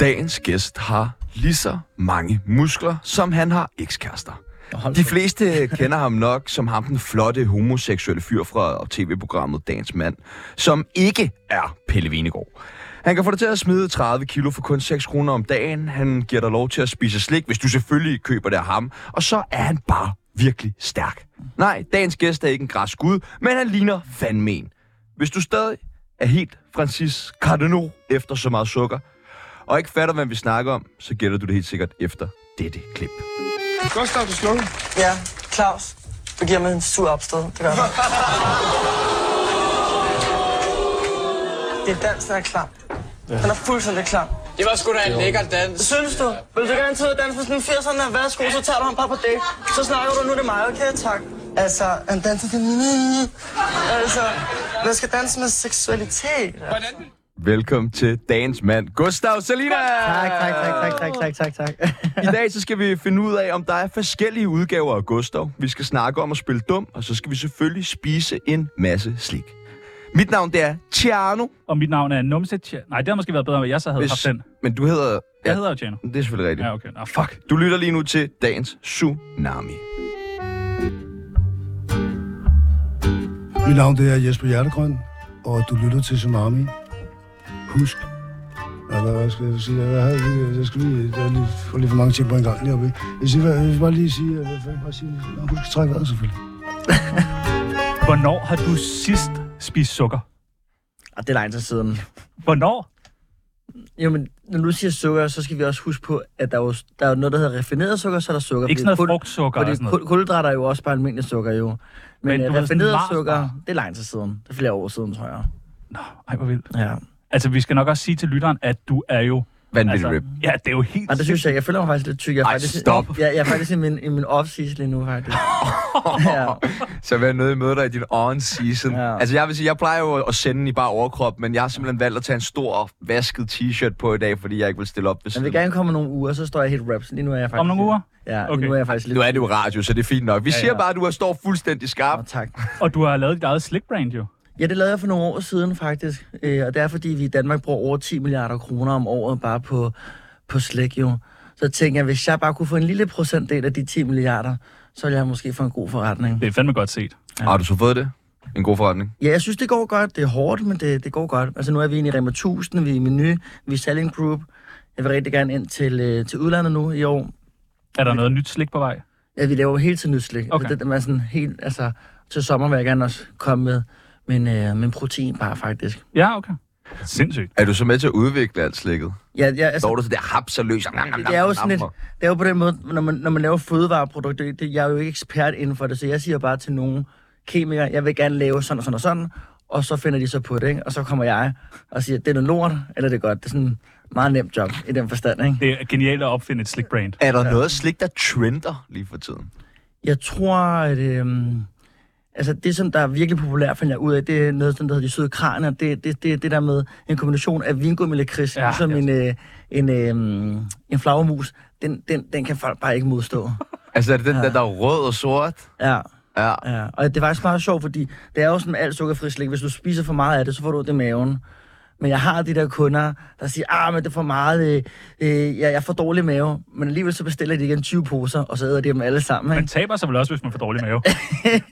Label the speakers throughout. Speaker 1: Dagens gæst har lige så mange muskler, som han har ekskærester.
Speaker 2: Nå, hold
Speaker 1: De
Speaker 2: da-
Speaker 1: fleste kender ham nok som ham den flotte homoseksuelle fyr fra tv-programmet Dagens Mand, som ikke er Pelle Venegård. Han kan få dig til at smide 30 kilo for kun 6 kroner om dagen. Han giver dig lov til at spise slik, hvis du selvfølgelig køber det af ham. Og så er han bare virkelig stærk. Nej, dagens gæst er ikke en græs gud, men han ligner fandme en. Hvis du stadig er helt Francis Cardano efter så meget sukker, og ikke fatter, hvad vi snakker om, så gætter du det helt sikkert efter dette klip.
Speaker 3: Gustav, du slukket.
Speaker 4: Ja, Claus. Du giver mig en sur opstød. Det gør jeg. Det er dans, der er klam. Den er fuldstændig klam.
Speaker 5: Det var sgu da en lækker dans.
Speaker 4: Synes du? Vil du gerne tage ud og danse med sådan en 80'erne? Værsgo, så tager du ham bare på date. Så snakker du, nu er det mig, okay? Tak. Altså, han danser til... Altså, man skal danse med seksualitet.
Speaker 5: Hvordan?
Speaker 1: Velkommen til dagens mand, Gustav Salina!
Speaker 2: Tak, tak, tak, tak, tak, tak, tak, tak.
Speaker 1: I dag så skal vi finde ud af, om der er forskellige udgaver af Gustav. Vi skal snakke om at spille dum, og så skal vi selvfølgelig spise en masse slik. Mit navn det er Tiano.
Speaker 6: Og mit navn er Numse Tja- Nej, det har måske været bedre, hvis jeg så havde haft den.
Speaker 1: Men du hedder...
Speaker 6: Jeg hedder jo Tjano.
Speaker 1: Det er selvfølgelig rigtigt.
Speaker 6: Ja, okay. Nå, fuck.
Speaker 1: Du lytter lige nu til dagens Tsunami.
Speaker 7: Mit navn det er Jesper Hjertegrøn, og du lytter til Tsunami. Husk. Ja, hvad, hvad skal jeg sige? Jeg, havde, lige- jeg skal lige, jeg har lige, får lige for mange ting på en gang lige oppe. Jeg, siger, jeg vil bare lige sige, at jeg vil bare sige, at husk at trække vejret selvfølgelig.
Speaker 6: Hvornår har du sidst spist sukker?
Speaker 2: Og Ah, det er langt til siden.
Speaker 6: Hvornår?
Speaker 2: Jo, men når du siger sukker, så skal vi også huske på, at der er jo, der er jo noget, der hedder raffineret sukker, så er der sukker.
Speaker 6: Ikke sådan noget frugtsukker
Speaker 2: Fordi
Speaker 6: eller sådan noget.
Speaker 2: kul- kulhydrater er jo også bare en mængde sukker, jo. Men,
Speaker 6: Men du
Speaker 2: men
Speaker 6: ved, sådan
Speaker 2: raffineret
Speaker 6: Mars
Speaker 2: sukker,
Speaker 6: bare.
Speaker 2: det er langt til siden. Det er flere år siden, tror jeg.
Speaker 6: Ej, hvor vildt.
Speaker 2: Ja.
Speaker 6: Altså, vi skal nok også sige til lytteren, at du er jo...
Speaker 1: Vanvittig
Speaker 6: Altså,
Speaker 1: rip.
Speaker 6: ja, det er jo helt...
Speaker 2: Nej, det synes jeg ikke. Jeg føler mig faktisk lidt tyk. Jeg er
Speaker 1: Ej,
Speaker 2: faktisk,
Speaker 1: stop.
Speaker 2: Jeg, jeg er faktisk i min, i min off-season lige nu, faktisk. ja.
Speaker 1: Så vil jeg nødt møde dig i din on-season. Ja.
Speaker 2: Ja.
Speaker 1: Altså jeg vil sige, jeg plejer jo at sende i bare overkrop, men jeg har simpelthen valgt at tage en stor vasket t-shirt på i dag, fordi jeg ikke vil stille op ved
Speaker 2: Men vi
Speaker 1: siden.
Speaker 2: gerne komme nogle uger, så står jeg helt raps. Lige nu er jeg faktisk...
Speaker 6: Om nogle uger?
Speaker 2: Ja, okay.
Speaker 6: Okay.
Speaker 2: lige nu er jeg faktisk lidt...
Speaker 1: Nu er det jo radio, så det er fint nok. Vi ja,
Speaker 2: ja.
Speaker 1: siger bare, at du er- står fuldstændig skarp.
Speaker 2: Nå, tak.
Speaker 6: Og du har lavet dit eget slikbrand, jo.
Speaker 2: Ja, det lavede jeg for nogle år siden faktisk, øh, og det er fordi, vi i Danmark bruger over 10 milliarder kroner om året bare på, på slik jo. Så tænker jeg, hvis jeg bare kunne få en lille procentdel af de 10 milliarder, så ville jeg måske få en god forretning.
Speaker 6: Det er fandme godt set.
Speaker 1: Ja. Har du så fået det? En god forretning.
Speaker 2: Ja, jeg synes, det går godt. Det er hårdt, men det, det går godt. Altså nu er vi inde i Rema 1000, vi er i Meny, vi er Selling Group. Jeg vil rigtig gerne ind til, øh, til udlandet nu i år.
Speaker 6: Er der noget nyt slik på vej?
Speaker 2: Ja, vi laver jo hele tiden nyt slik.
Speaker 6: Okay.
Speaker 2: Altså, det, det er sådan helt, altså, til sommer vil jeg gerne også komme med, men, øh, men proteinbar faktisk.
Speaker 6: Ja, okay. Sindssygt.
Speaker 1: Er du så med til at udvikle alt slikket?
Speaker 2: Ja, ja, altså,
Speaker 1: Står du så der hapser løs? Nam, nam, nam,
Speaker 2: det er jo
Speaker 1: nam,
Speaker 2: sådan lidt,
Speaker 1: nam.
Speaker 2: det er jo på den måde, når man, når man laver fødevareprodukter, det, jeg er jo ikke ekspert inden for det, så jeg siger bare til nogle kemikere, jeg vil gerne lave sådan og sådan og sådan, og så finder de så på det, ikke? og så kommer jeg og siger, det er noget lort, eller det er godt. Det er sådan en meget nemt job i den forstand, ikke?
Speaker 6: Det er genialt at opfinde et slikbrand.
Speaker 1: Er der noget slik, der trender lige for tiden?
Speaker 2: Jeg tror, at øhm, altså det, som der er virkelig populært, fandt jeg ud af, det er noget, sådan, der hedder de søde kraner. Det, det, det, det der med en kombination af vingummi og kris,
Speaker 6: Ja,
Speaker 2: ja, som
Speaker 6: ja.
Speaker 2: en, øh, en, øh, en flagermus, den, den, den kan folk bare ikke modstå.
Speaker 1: Altså er det den ja. der, der er rød og sort?
Speaker 2: Ja.
Speaker 1: Ja.
Speaker 2: Ja, og det er faktisk meget sjovt, fordi det er jo sådan med alt sukkerfri slik. Hvis du spiser for meget af det, så får du ondt i maven. Men jeg har de der kunder, der siger, ah, men det er for meget, øh, øh, jeg, jeg får dårlig mave. Men alligevel så bestiller de igen 20 poser, og så æder de dem alle sammen.
Speaker 6: Man
Speaker 2: Ikke?
Speaker 6: taber sig vel også, hvis man får dårlig mave.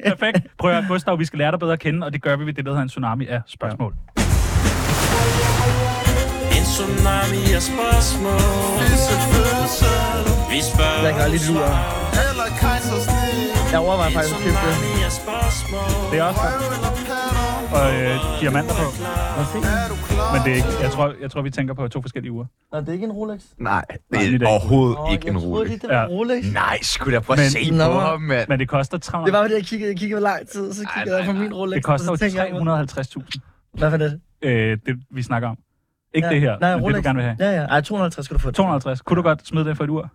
Speaker 6: Perfekt. Prøv at høre, Gustav, vi skal lære dig bedre at kende, og det gør vi ved det, der hedder en tsunami af spørgsmål.
Speaker 3: En tsunami af spørgsmål. Vi spørger,
Speaker 2: Jeg kan godt lide lurer.
Speaker 3: eller kejsersnit.
Speaker 2: Jeg overvejer faktisk at købe det.
Speaker 3: af spørgsmål.
Speaker 6: Det er også og øh, diamanter på.
Speaker 2: Nå, se.
Speaker 6: Men det er ikke, jeg, tror, jeg tror, vi tænker på to forskellige uger.
Speaker 2: Nå, det er ikke en Rolex.
Speaker 1: Nej,
Speaker 6: lige
Speaker 1: det
Speaker 6: det.
Speaker 1: er overhovedet
Speaker 2: Nå,
Speaker 1: ikke en
Speaker 2: jeg troede
Speaker 1: rolig.
Speaker 2: lige, det var
Speaker 6: Ja.
Speaker 2: en Rolex.
Speaker 1: Nej, skulle da prøve at
Speaker 6: Men-
Speaker 1: se
Speaker 2: Nå.
Speaker 1: på ham, mand.
Speaker 6: Men det koster 300.
Speaker 2: Det var fordi, jeg kiggede, jeg kiggede lang tid, så kiggede jeg på min Rolex.
Speaker 6: Det koster jo
Speaker 2: og så tænkte jeg,
Speaker 6: 350.000,
Speaker 2: Hvad for det?
Speaker 6: øh, det vi snakker om. Ikke
Speaker 2: Ja.
Speaker 6: det her,
Speaker 2: Nej,
Speaker 6: men det du
Speaker 2: Rolex.
Speaker 6: gerne vil have.
Speaker 2: Ja, ja. Ej, 250 skal du få.
Speaker 6: 250. Kunne du godt smide det for et ur?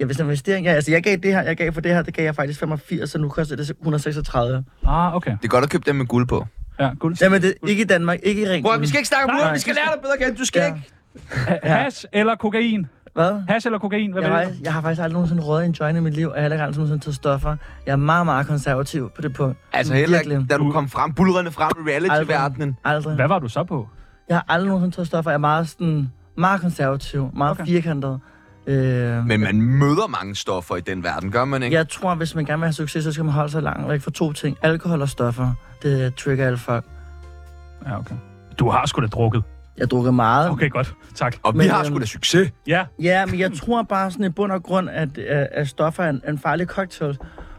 Speaker 2: Ja, hvis det er en investering. Ja, altså jeg gav det her, jeg gav for det her, det gav jeg faktisk 85, så nu koster det 136.
Speaker 6: Ah, okay.
Speaker 1: Det er godt at købe dem med guld på.
Speaker 6: Ja, guld.
Speaker 2: Jamen, det, ikke i Danmark, ikke i ringen.
Speaker 1: Bror, vi skal ikke snakke om
Speaker 6: Nej,
Speaker 1: ur, vi skal lære dig bedre at kende. Du skal
Speaker 2: Ja.
Speaker 1: ikke.
Speaker 6: Ha- Hash eller kokain?
Speaker 2: Hvad?
Speaker 6: Hash eller kokain? Hvad
Speaker 2: Jeg,
Speaker 6: vil
Speaker 2: har,
Speaker 6: du?
Speaker 2: jeg har faktisk aldrig nogensinde røget en joint i mit liv, og jeg har heller ikke aldrig nogensinde taget stoffer. Jeg er meget, meget konservativ på det punkt.
Speaker 1: Altså heller ikke,
Speaker 2: Virkelig.
Speaker 1: da du kom frem, bulrende frem i
Speaker 2: Aldrig.
Speaker 1: reality-verdenen.
Speaker 2: Aldrig.
Speaker 6: Hvad var du så på?
Speaker 2: Jeg har aldrig nogensinde taget stoffer. Jeg er meget sådan meget konservativ, meget okay.
Speaker 6: Okay.
Speaker 2: firkantet. Øh,
Speaker 1: Men man møder mange stoffer i den verden, gør man ikke?
Speaker 2: jeg tror, hvis man gerne vil have succes, så skal man holde sig langt væk fra to ting. Alkohol og stoffer, det trigger alle folk.
Speaker 6: Ja, okay. Du har sgu da drukket.
Speaker 2: Jeg drukker meget.
Speaker 6: Okay, godt. Tak.
Speaker 1: Og vi
Speaker 2: Men,
Speaker 1: har sgu
Speaker 2: øhm,
Speaker 1: da succes.
Speaker 6: Ja,
Speaker 2: Ja, men jeg tror bare sådan i bund og grund, at, at at stoffer er en, en farlig cocktail.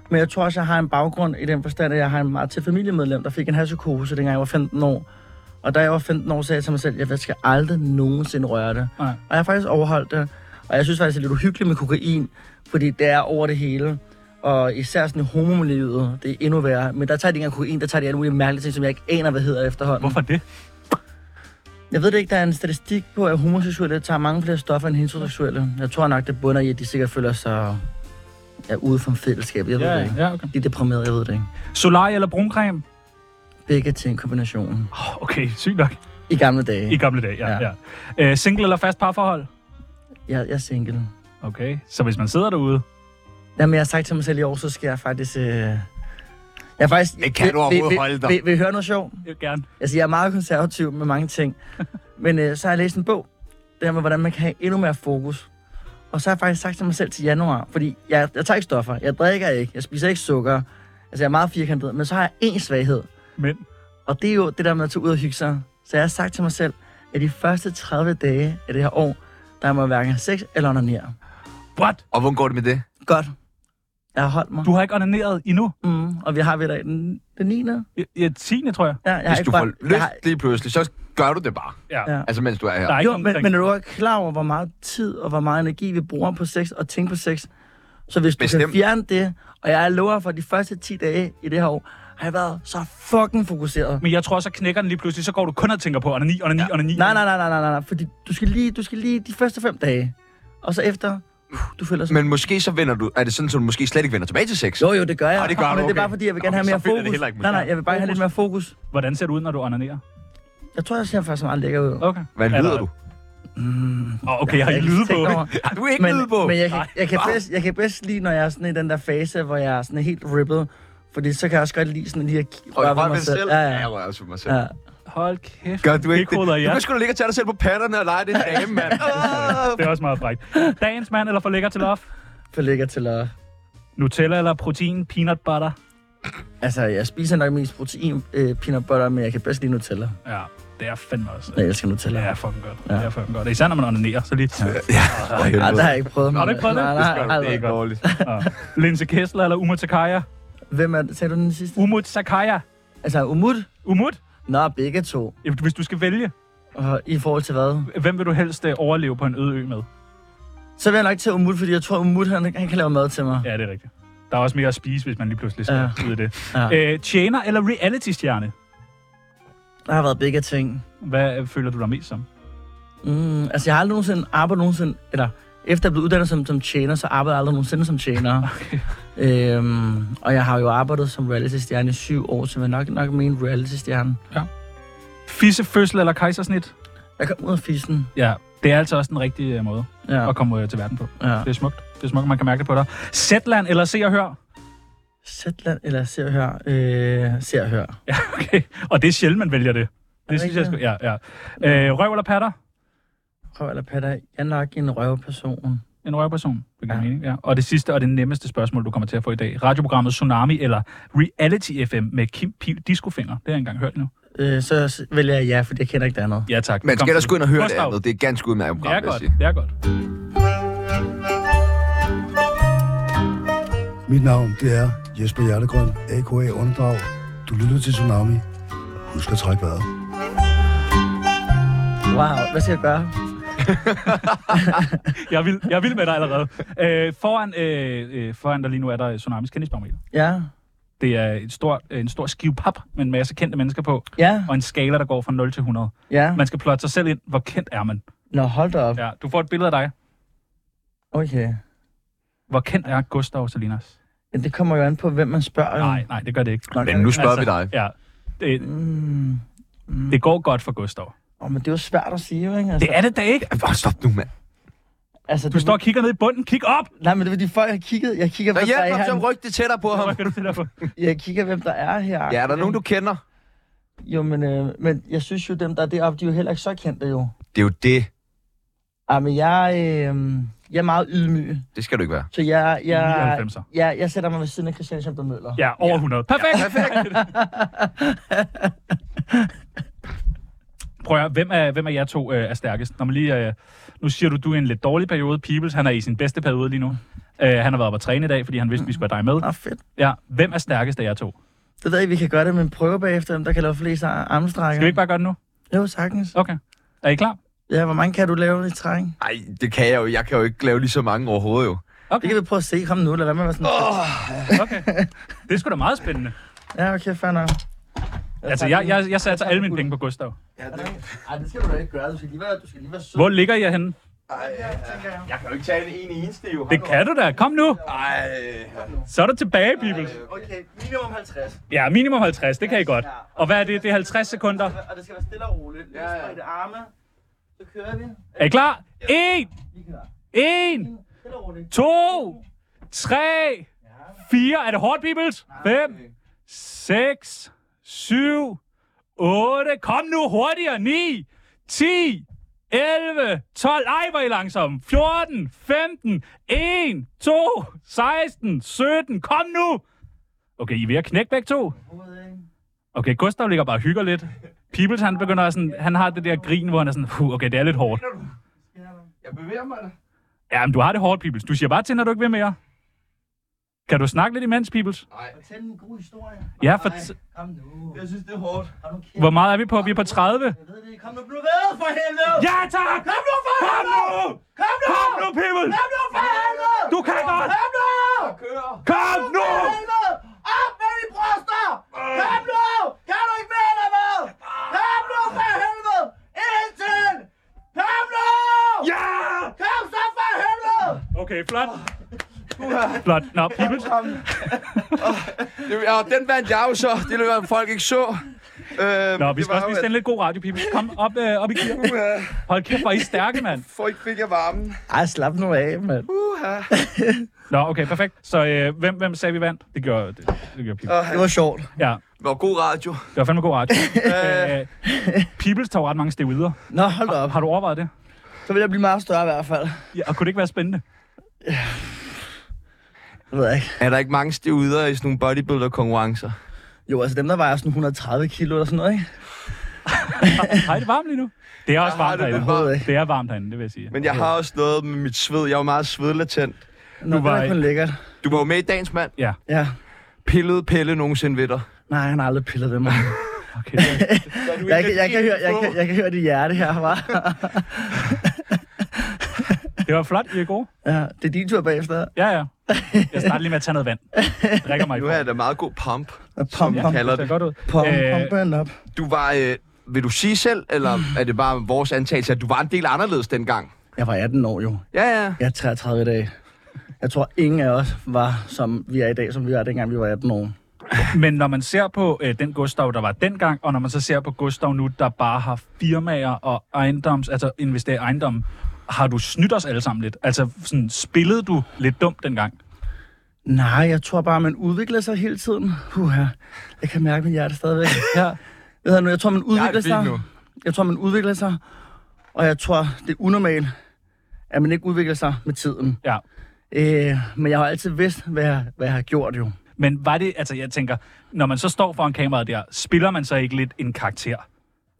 Speaker 2: Men jeg tror også, jeg har en baggrund i den forstand, at jeg har en meget til familiemedlem, der fik en hashpsykose, dengang jeg var 15 år. Og da jeg var 15 år, sagde jeg til mig selv, at jeg skal aldrig nogensinde røre det.
Speaker 6: Nej.
Speaker 2: Og jeg har faktisk overholdt det. Og jeg synes faktisk, det er lidt uhyggeligt med kokain, fordi det er over det hele. Og især sådan i homomiljøet, det er endnu værre. Men der tager de ikke engang kokain, der tager de alle mulige mærkelige ting, som jeg ikke aner, hvad hedder efterhånden.
Speaker 6: hvorfor det?
Speaker 2: Jeg ved det ikke, der er en statistik på, at homoseksuelle tager mange flere stoffer end heteroseksuelle. Jeg tror nok, det bunder i, at de sikkert føler sig ja, ude fra fællesskabet. Jeg ved det ikke.
Speaker 6: ja, okay.
Speaker 2: De er deprimerede, jeg ved det ikke.
Speaker 6: Solarie eller bruncreme?
Speaker 2: Begge til en kombination.
Speaker 6: Åh, Okay, sygt nok.
Speaker 2: I gamle
Speaker 6: I
Speaker 2: dage.
Speaker 6: gamle dage, ja.
Speaker 2: Ja.
Speaker 6: ja. ja. Øh, single eller fast parforhold?
Speaker 2: Jeg, jeg er single.
Speaker 6: Okay, så hvis man sidder derude...
Speaker 2: Jamen, jeg har sagt til mig selv i år, så skal jeg faktisk... Øh... Jeg er faktisk...
Speaker 1: Det kan du
Speaker 2: Vil-
Speaker 1: overhovedet
Speaker 2: vil-
Speaker 1: holde dig.
Speaker 2: Vil, vil, vil I høre noget sjovt?
Speaker 6: Jeg gerne.
Speaker 2: Altså, jeg er meget konservativ med mange ting. Men øh, så har jeg læst en bog, der med, hvordan man kan have endnu mere fokus. Og så har jeg faktisk sagt til mig selv til januar, fordi jeg, jeg tager ikke stoffer, jeg drikker ikke, jeg spiser ikke sukker. Altså, jeg er meget firkantet, men så har jeg én svaghed.
Speaker 6: Men
Speaker 2: Og det er jo det der med at tage ud og hygge sig. Så jeg har sagt til mig selv, at de første 30 dage af det her år, der må jeg hverken have sex eller onanere.
Speaker 6: what?
Speaker 1: Og hvordan går det med det?
Speaker 2: Godt. Jeg har holdt mig.
Speaker 6: Du har ikke onaneret endnu?
Speaker 2: Mm, og vi har vi i dag den, den 9. Ja,
Speaker 6: I, i 10. tror jeg.
Speaker 2: jeg har
Speaker 1: Hvis
Speaker 2: ikke
Speaker 1: du får
Speaker 2: brændt- jeg
Speaker 1: lyst
Speaker 2: har,
Speaker 1: lige pludselig, så gør du det bare.
Speaker 2: Ja.
Speaker 1: Altså, mens du er her.
Speaker 6: Der er ikke
Speaker 2: Jo, men,
Speaker 6: omkring-
Speaker 2: men er du ikke klar over, hvor meget tid og hvor meget energi vi bruger på sex og tænke på sex? Så hvis du kan
Speaker 1: Bestemt.
Speaker 2: fjerne det, og jeg lover for de første 10 dage i det her år, har jeg været så fucking fokuseret.
Speaker 6: Men jeg tror også, at knækker den lige pludselig, så går du kun og tænker på onani, onani, ja. onani.
Speaker 2: Nej, nej, nej, nej, nej, nej, nej, fordi du skal lige, du skal lige de første 5 dage, og så efter, uh, du føler sådan.
Speaker 1: Men måske så vender du... Er det sådan, at du måske slet ikke vender tilbage til sex?
Speaker 2: Jo, jo, det gør jeg.
Speaker 1: Ah, det gør
Speaker 2: men
Speaker 1: du,
Speaker 2: det er
Speaker 1: okay.
Speaker 2: bare fordi, jeg vil gerne
Speaker 1: Okay,
Speaker 2: have mere
Speaker 1: så fedt er det
Speaker 2: fokus.
Speaker 1: heller ikke,
Speaker 2: nej, nej,
Speaker 1: måske.
Speaker 2: jeg vil bare have lidt mere fokus.
Speaker 6: Hvordan ser det ud, når du onanerer?
Speaker 2: Jeg tror, jeg ser faktisk meget lækker ud.
Speaker 6: Okay.
Speaker 1: Hvad
Speaker 6: Er
Speaker 1: lyder
Speaker 6: der-
Speaker 1: du?
Speaker 6: Åh, okay, jeg har ikke lyde på.
Speaker 2: tænkt over.
Speaker 1: Har du ikke
Speaker 2: men,
Speaker 1: lyde på? Ah.
Speaker 2: Men jeg kan,
Speaker 6: Nej.
Speaker 2: jeg, kan bedst, jeg kan bedst lide, når jeg er sådan i den der fase, hvor jeg er sådan helt rippet. Fordi så kan jeg også godt lide sådan lige at k-
Speaker 1: Prøv
Speaker 2: røre
Speaker 1: at
Speaker 2: ved
Speaker 1: røre
Speaker 2: mig
Speaker 1: ved dig
Speaker 2: selv.
Speaker 1: selv.
Speaker 2: Ja,
Speaker 1: Ja,
Speaker 2: ja.
Speaker 1: jeg rører også ved mig selv.
Speaker 2: ja.
Speaker 6: Hold kæft.
Speaker 1: Gør du ikke det?
Speaker 6: Pikhoveder,
Speaker 1: Du
Speaker 6: ja.
Speaker 1: kan sgu da ligge og tage dig selv på patterne og lege det en dame, mand.
Speaker 6: Det er også meget frækt. Dagens mand eller for lækker til love?
Speaker 2: For lækker til at...
Speaker 6: Nutella eller protein, peanut butter?
Speaker 2: Altså, jeg spiser nok mest protein, øh, peanut butter, men jeg kan bedst lide Nutella.
Speaker 6: Ja, det er fandme også.
Speaker 2: Jeg elsker Nutella.
Speaker 6: Det
Speaker 2: Ja.
Speaker 6: er fucking godt. Ja. Det er fucking godt. Især når man onanerer, så lige... Ja.
Speaker 2: Nej, det har jeg ikke prøvet.
Speaker 6: Har du ikke prøvet det?
Speaker 2: Nej, nej, nej,
Speaker 1: Det er ikke
Speaker 2: aldrig.
Speaker 1: dårligt.
Speaker 6: Linse Kessler eller Umut Sakaya?
Speaker 2: Hvem er det? Sagde du den sidste?
Speaker 6: Umut Sakaya.
Speaker 2: Altså, Umut?
Speaker 6: Umut?
Speaker 2: Nå, begge to.
Speaker 6: Jamen, Hvis du skal vælge,
Speaker 2: Og i forhold til hvad?
Speaker 6: hvem vil du helst øh, overleve på en øde ø med?
Speaker 2: Så vil jeg nok til Umut, fordi jeg tror, Umut han, han kan lave mad til mig.
Speaker 6: Ja, det er rigtigt. Der er også mere at spise, hvis man lige pludselig skal
Speaker 2: Ja.
Speaker 6: ud af det.
Speaker 2: Ja.
Speaker 6: Øh, tjener eller reality-stjerne?
Speaker 2: Der har været begge ting.
Speaker 6: Hvad øh, føler du dig mest som?
Speaker 2: Mm, altså, jeg har aldrig nogensinde arbejdet nogensinde, eller efter jeg blev uddannet som, som tjener, så arbejdede jeg aldrig nogensinde som tjener. Okay. Øhm, og jeg har jo arbejdet som reality-stjerne i syv år, så jeg vil nok, nok mene reality-stjerne.
Speaker 6: Fissefødsel eller kejsersnit?
Speaker 2: Jeg kom ud af fissen.
Speaker 6: Ja, det er altså også den rigtige øh, måde
Speaker 2: Ja,
Speaker 6: at komme øh, til verden på.
Speaker 2: ja.
Speaker 6: Det er smukt. Det er smukt, man kan mærke det på dig. Zetland eller Se og Hør?
Speaker 2: Sætland, eller se og hør. Øh, se og hør.
Speaker 6: Ja, okay. Og det er sjældent, man vælger det. Det
Speaker 2: det
Speaker 6: synes jeg sgu...
Speaker 2: rigtigt?
Speaker 6: Ja, ja. Øh, røv eller patter?
Speaker 2: Røv eller patter, jeg er nok en røveperson.
Speaker 6: En røvperson, det giver
Speaker 2: Ja.
Speaker 6: ja. mening, ja. Og det sidste og det nemmeste spørgsmål, du kommer til at få i dag. Radioprogrammet Tsunami eller Reality FM med Kim Pil Discofinger. Det har jeg engang hørt nu.
Speaker 2: Øh, så s- vælger jeg ja, fordi jeg kender ikke det andet.
Speaker 6: Ja, tak.
Speaker 1: Man
Speaker 6: Kom
Speaker 1: skal
Speaker 6: til
Speaker 1: da sgu ind og høre det
Speaker 6: Gustav.
Speaker 1: andet. Det er et ganske udmærket
Speaker 6: Det er
Speaker 1: program, vil jeg
Speaker 6: godt,
Speaker 1: sige.
Speaker 6: det er godt.
Speaker 7: Mit navn, det er Jesper Hjertegrøn, AKA Underdrag. Du lytter til Tsunami. Husk at trække vejret.
Speaker 2: Wow, hvad skal jeg gøre?
Speaker 6: Jeg vil, jeg vil med dig allerede. Øh, foran, øh, øh, foran dig lige nu er der Tsunamis kendisbarometer.
Speaker 2: Ja,
Speaker 6: Det er et stort, øh, en stor skive pap med en masse kendte mennesker på,
Speaker 2: ja,
Speaker 6: og en skala, der går fra 0 til 100.
Speaker 2: ja.
Speaker 6: Man skal plotte sig selv ind, hvor kendt er man.
Speaker 2: Nå, hold da op.
Speaker 6: Ja, du får et billede af dig.
Speaker 2: Okay.
Speaker 6: Hvor kendt er Gustav Salinas?
Speaker 2: Ja, det kommer jo an på, hvem man spørger. jo.
Speaker 6: Nej, nej, det gør det ikke. Altså,
Speaker 2: Nå,
Speaker 1: Men nu spørger vi dig.
Speaker 6: Ja, det,
Speaker 2: Mm.
Speaker 6: det går godt for Gustav.
Speaker 2: Oh, men det er jo svært at sige, jo, ikke? Altså,
Speaker 6: Det er det da ikke.
Speaker 1: Ej, hvor- Stop nu, mand.
Speaker 2: altså,
Speaker 6: Du
Speaker 2: det,
Speaker 6: står og kigger ned i bunden. Kig op!
Speaker 2: Nej, men det er fordi folk har kigget. Jeg kigger,
Speaker 1: Så
Speaker 2: hvem der
Speaker 1: hjælp
Speaker 2: er
Speaker 1: ham, så
Speaker 2: her.
Speaker 1: ryk det tættere på ham.
Speaker 6: Hvad kan du det der for?
Speaker 2: Jeg kigger, hvem der er her.
Speaker 1: Ja, er der nogen, du kender?
Speaker 2: Jo, men, øh, men jeg synes jo, dem, der er deroppe, de er jo heller ikke så kendte, jo.
Speaker 1: Det er jo det.
Speaker 2: Ej, men jeg, øh, jeg er meget ydmyg,
Speaker 1: Det skal du ikke være.
Speaker 2: så jeg, jeg,
Speaker 6: 99'er.
Speaker 2: jeg, jeg sætter mig ved siden af Christian Schemper Møller.
Speaker 6: Ja, over 100. Perfekt! Ja, perfekt. Prøv at, høre, hvem af, hvem af jer to øh, er stærkest? Når man lige, øh, nu siger du, du er i en lidt dårlig periode. Peebles, han er i sin bedste periode lige nu. Øh, han har været på træne i dag, fordi han vidste, vi skulle have dig med.
Speaker 2: Nå, fedt.
Speaker 6: Ja, hvem er stærkest af jer to?
Speaker 2: Det ved jeg, vi kan gøre det med en prøve bagefter, hvem der kan lave flest ar- armstrækker.
Speaker 6: Skal vi ikke bare gøre det nu?
Speaker 2: Jo, sagtens.
Speaker 6: Okay. Er I klar?
Speaker 2: Ja, hvor mange kan du lave i træk?
Speaker 1: Nej, det kan jeg jo. Jeg kan jo ikke lave lige så mange overhovedet, jo.
Speaker 2: Det kan vi prøve at se. Kom nu, lad være med at være sådan... Oh.
Speaker 6: Okay. Det er sgu da meget spændende.
Speaker 2: Ja, okay, fair nok.
Speaker 6: Altså, jeg, jeg, jeg satte alle mine penge på Gustav.
Speaker 2: Ej, det skal du da ikke gøre. Du skal lige være, du skal lige være sød.
Speaker 6: Hvor ligger jeg henne?
Speaker 1: Jeg kan jo ikke tage en i eneste, jo.
Speaker 6: Det kan du da. Kom nu.
Speaker 1: Ej,
Speaker 6: Så er du tilbage, Peebles.
Speaker 2: Okay, minimum 50.
Speaker 6: Ja, minimum 50. Det kan I godt. Og hvad er det? Det er 50 sekunder.
Speaker 2: Og det skal være stille og roligt. Ja, ja. Sprække arme. Så kører vi.
Speaker 6: Er I klar? 1,
Speaker 2: Lige klar.
Speaker 6: 1,
Speaker 2: Stille og roligt.
Speaker 6: 2, 3, 4. Er det hårdt, Bibels? 5, 6, 7, 8. Kom nu hurtigere. 9, 10, 11, 12. Ej, hvor er I langsomme. 14, 15, 1, 2, 16, 17. Kom nu. Okay, I er ved at knække begge to.
Speaker 2: Hovedet, ikke?
Speaker 6: Okay, Gustav ligger bare og hygger lidt. Peoples, han begynder sådan, han har det der grin, hvor han er sådan, "Puh, okay, det er lidt hårdt.
Speaker 1: jeg bevæger mig da.
Speaker 6: Ja, men du har det hårdt, Peoples. Du siger bare til, når du ikke vil mere. Kan du snakke lidt imens, Peoples?
Speaker 2: Fortæl en god historie.
Speaker 6: Ja, for
Speaker 2: Kom nu.
Speaker 1: Jeg synes, det er hårdt.
Speaker 2: Har du kæft?
Speaker 6: hvor meget er vi på? Vi er på
Speaker 2: Jeg
Speaker 6: 30.
Speaker 2: ved det. Kom nu, bliv ved for helvede!
Speaker 6: Ja, tak! Kom nu, for Kom nu!
Speaker 2: Kom nu!
Speaker 6: Kom nu, Peoples!
Speaker 2: Kom nu for helvede!
Speaker 6: Du kan godt!
Speaker 2: Kom nu!
Speaker 6: Kom nu!
Speaker 2: For helvede! Op med de bryster! Kom nu! Kan du ikke være der med? Kom nu for helvede! En til! Kom nu!
Speaker 6: Ja!
Speaker 2: Kom så for helvede!
Speaker 6: Okay, flot. Flot. Nå, Peoples.
Speaker 1: Ja, den vandt jeg jo så. Det ville være, at folk ikke så. Øhm,
Speaker 6: Nå, vi
Speaker 1: det
Speaker 6: skal
Speaker 1: var
Speaker 6: også
Speaker 1: jo,
Speaker 6: lige sende lidt god radio, Peoples. Kom op, øh, op i gear.
Speaker 1: at, øh,
Speaker 6: Hold kæft, hvor er I stærke, mand.
Speaker 1: Folk fik jeg varmen.
Speaker 2: Ej, slap nu af, mand.
Speaker 1: Uha.
Speaker 6: Nå, okay, perfekt. Så øh, hvem, hvem sagde vi vandt? Det gjorde, det, det gjorde
Speaker 1: Ah.
Speaker 6: Peoples.
Speaker 2: Det var sjovt.
Speaker 6: Ja,
Speaker 1: Nå, god radio.
Speaker 6: det var fandme god radio. øh, Peoples tager jo ret mange steroider.
Speaker 2: Nå, hold da op.
Speaker 6: Har du overvejet det?
Speaker 2: Så vil jeg blive meget større i hvert fald.
Speaker 6: Ja, og kunne det ikke være spændende?
Speaker 2: Det ved jeg ikke.
Speaker 1: Er der ikke mange stivuder i sådan nogle bodybuilder-konkurrencer?
Speaker 2: Jo, altså dem, der vejer sådan 130 kilo eller sådan noget, ikke?
Speaker 6: Har I det varmt lige nu? Det er også
Speaker 1: har det
Speaker 6: varmt derinde.
Speaker 1: lidt varmt.
Speaker 6: Det er varmt derinde, det vil jeg sige.
Speaker 1: Men jeg har også noget med mit sved. Jeg er jo meget svedlatent.
Speaker 2: Nå, det
Speaker 6: var
Speaker 2: er
Speaker 6: ikke-
Speaker 2: kun lækkert.
Speaker 1: Du var jo med i Dagens Mand.
Speaker 6: Ja,
Speaker 2: Ja.
Speaker 1: Pillede Pelle nogensinde ved dig.
Speaker 2: Nej, han har aldrig pillet ved mig.
Speaker 6: okay. det er-
Speaker 2: Jeg, kan, jeg, kan høre, jeg, kan, jeg kan høre dit hjerte her, hva'?
Speaker 6: Det var flot, I er gode.
Speaker 2: Ja, det er din tur bagefter.
Speaker 6: Ja, ja. Jeg starter lige med at tage noget vand. Drikker mig i
Speaker 1: Nu har jeg da meget god pump.
Speaker 2: Og Pom, pom,
Speaker 1: kalder
Speaker 6: Det ser
Speaker 1: det.
Speaker 6: godt ud.
Speaker 2: pom,
Speaker 6: Øh,
Speaker 2: pom, pump op.
Speaker 1: Du var... Øh, vil du sige selv, eller
Speaker 2: Mm.
Speaker 1: er det bare vores antagelse, at du var en del anderledes dengang?
Speaker 2: Jeg var 18 år jo.
Speaker 1: Ja, ja.
Speaker 2: Jeg er 33 i dag. Jeg tror, ingen af os var, som vi er i dag, som vi var dengang, vi var 18 år.
Speaker 6: Men når man ser på øh, den Gustav, der var dengang, og når man så ser på Gustav nu, der bare har firmaer og ejendoms, altså investerer i ejendommen, har du snydt os alle sammen lidt? Altså, sådan, spillede du lidt dumt dengang?
Speaker 2: Nej, jeg tror bare, man udvikler sig hele tiden. Puha, jeg kan mærke mit hjerte stadigvæk. Ja. Jeg, nu, jeg tror, man udvikler
Speaker 1: fint
Speaker 2: sig.
Speaker 1: nu.
Speaker 2: Jeg tror, man udvikler sig. Og jeg tror, det er unormalt, at man ikke udvikler sig med tiden.
Speaker 6: Ja.
Speaker 2: Øh, men jeg har altid vidst, hvad jeg, hvad jeg har gjort jo.
Speaker 6: Men var det, altså jeg tænker, når man så står foran kameraet der, spiller man så ikke lidt en karakter?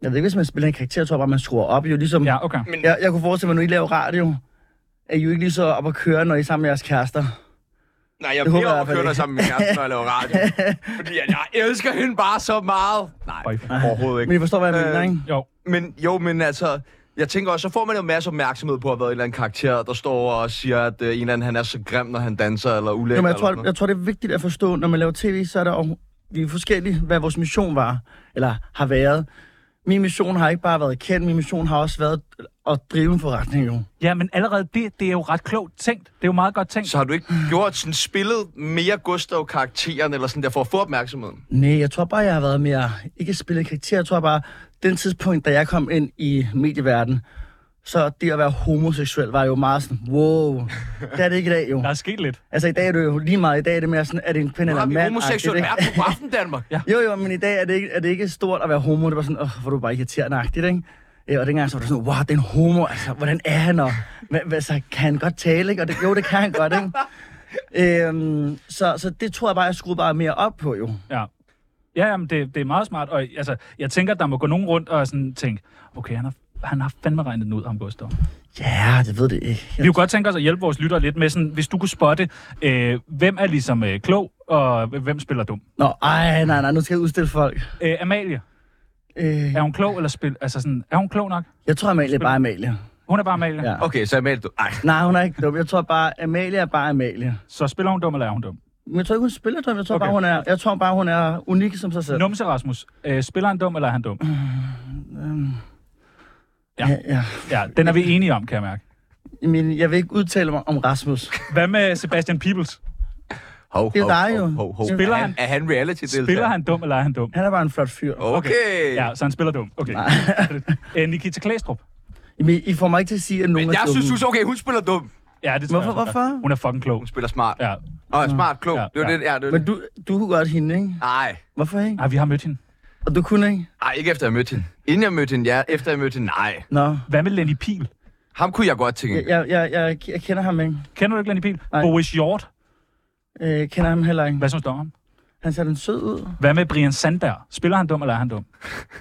Speaker 2: Jeg ved ikke, hvis man spiller en karakter, jeg tror bare, man skruer op jo. Ligesom,
Speaker 6: Ja, okay.
Speaker 2: Men jeg, jeg kunne forestille mig, når I laver radio, er I jo ikke lige så op at køre, når I er sammen med jeres kærester.
Speaker 1: Nej, jeg
Speaker 2: Det håber
Speaker 1: bliver
Speaker 2: jeg i hvert
Speaker 1: overkørt
Speaker 2: fald
Speaker 1: af
Speaker 2: ikke.
Speaker 1: sammen med min kæreste, når jeg laver radio. Fordi at jeg elsker hende bare så meget. Nej, overhovedet ikke.
Speaker 2: Men I forstår, hvad jeg
Speaker 1: Øh,
Speaker 2: mener, ikke?
Speaker 6: Jo.
Speaker 1: Men jo, men altså... Jeg tænker også, så får man jo masser af opmærksomhed på at have været en eller anden karakter, der står og siger, at øh, en eller anden han er så grim, når han danser eller ulækker.
Speaker 2: Jamen, jeg,
Speaker 1: eller
Speaker 2: tror,
Speaker 1: sådan
Speaker 2: jeg,
Speaker 1: noget.
Speaker 2: jeg tror, det er vigtigt at forstå, når man laver tv, så er der jo, vi er forskellige, hvad vores mission var, eller har været. Min mission har ikke bare været kendt, min mission har også været at drive en forretning, jo.
Speaker 6: Ja, men allerede det, det er jo ret klogt tænkt. Det er jo meget godt tænkt.
Speaker 1: Så
Speaker 6: Så.
Speaker 1: har du ikke
Speaker 2: Mm.
Speaker 1: gjort sådan spillet mere Gustav-karakteren, eller sådan der, for at få opmærksomheden?
Speaker 2: Nej, jeg tror bare, jeg har været mere, ikke spillet karakter, jeg tror bare, den tidspunkt, da jeg kom ind i medieverdenen, så det at være homoseksuel var jo meget sådan, wow, det er det ikke i dag, jo.
Speaker 6: Der er sket lidt.
Speaker 2: Altså i dag er det jo lige meget, i dag er det mere sådan, er det en kvinde
Speaker 1: Nu
Speaker 2: eller
Speaker 1: har
Speaker 2: en
Speaker 1: vi
Speaker 2: mand?
Speaker 1: homoseksuel
Speaker 2: agtigt, ikke?
Speaker 1: verden på aften Danmark.
Speaker 2: Jo, jo, men i dag er det ikke, er det ikke stort at være homo. Det var sådan, åh, hvor er du bare irriterende agtigt, ikke? Øh, Og dengang så var det sådan, wow, det er en homo, altså, hvordan er han? Og, hvad, hvad, så, kan han godt tale, ikke? Og det, jo, det kan han godt, ikke? øhm, så, så det tror jeg bare, jeg skruede bare mere op på, jo.
Speaker 6: Ja. Ja, jamen, det, det er meget smart. Og altså, jeg tænker, at der må gå nogen rundt og sådan tænke, okay, han har, han har fandme regnet den ud, ham Gustav.
Speaker 2: Ja, det ved det ikke.
Speaker 6: Vi kunne godt tænke os at hjælpe vores lyttere lidt med sådan, hvis du kunne spotte, øh, hvem er ligesom øh, klog, og hvem spiller dum?
Speaker 2: Nå, ej, nej, nej, nu skal jeg udstille folk.
Speaker 6: Øh, Amalie,
Speaker 2: Øh,
Speaker 6: er hun klog eller spil? Altså sådan, er hun klog nok?
Speaker 2: jeg tror, Amalie er bare Amalie.
Speaker 6: Hun er bare Amalie.
Speaker 2: Ja.
Speaker 1: Okay, så Amalie, du... Ej,
Speaker 2: Nej, hun er ikke dum. Jeg tror bare, Amalie er bare Amalie.
Speaker 6: Så spiller hun dum, eller er hun dum?
Speaker 2: Men jeg tror ikke, hun spiller dum. Jeg tror,
Speaker 6: Okay.
Speaker 2: okay. bare, hun er, jeg tror bare, hun er unik som sig selv.
Speaker 6: Numse Rasmus, øh, spiller han dum, eller er han dum? ja.
Speaker 2: Ja, ja.
Speaker 6: Ja, den er vi enige om, kan jeg mærke.
Speaker 2: Men jeg vil ikke udtale mig om Rasmus.
Speaker 6: Hvad med Sebastian Peebles?
Speaker 1: hov,
Speaker 2: Det er
Speaker 1: hov,
Speaker 2: dig jo.
Speaker 1: hov, hov, hov.
Speaker 6: Spiller
Speaker 1: Er
Speaker 6: han-
Speaker 1: Er han reality deltager?
Speaker 6: Spiller han dum, eller er han dum?
Speaker 2: Han er bare en flot fyr. Oh.
Speaker 1: Okay.
Speaker 6: Ja, så han spiller dum. Okay. Øh, Nikita Klæstrup.
Speaker 2: Men I får mig ikke til at sige, at nogen
Speaker 1: Men jeg
Speaker 2: er
Speaker 1: synes,
Speaker 2: dumme.
Speaker 1: du så, okay, hun spiller dum.
Speaker 6: Ja, det tror jeg
Speaker 2: Hvorfor-
Speaker 6: også, hun er.
Speaker 2: hvorfor?
Speaker 6: Hun er fucking klog.
Speaker 1: Hun spiller smart.
Speaker 6: Ja.
Speaker 1: Og er smart, klog.
Speaker 6: Ja,
Speaker 1: Det var
Speaker 6: ja.
Speaker 1: det, ja, det var
Speaker 2: Men
Speaker 1: det.
Speaker 2: du, du kunne godt hende, ikke?
Speaker 1: Ej.
Speaker 2: Hvorfor ikke?
Speaker 6: Ej, vi har mødt hende.
Speaker 2: Og du kunne ikke?
Speaker 1: Ej, ikke efter jeg mødte hende. Inden jeg mødte hende, ja. Efter jeg mødte hende, nej.
Speaker 2: Nå.
Speaker 6: Hvad med Lenny Pil?
Speaker 1: Ham kunne jeg godt tænke.
Speaker 2: Jeg, jeg, jeg, jeg, jeg kender ham ikke.
Speaker 6: Kender du ikke Lenny Pil?
Speaker 2: Nej.
Speaker 6: Boris Hjort.
Speaker 2: Øh, kender ham heller ikke.
Speaker 6: Hvad synes du om ham?
Speaker 2: Han ser den sød ud.
Speaker 6: Hvad med Brian Sander? Spiller han dum, eller er han dum?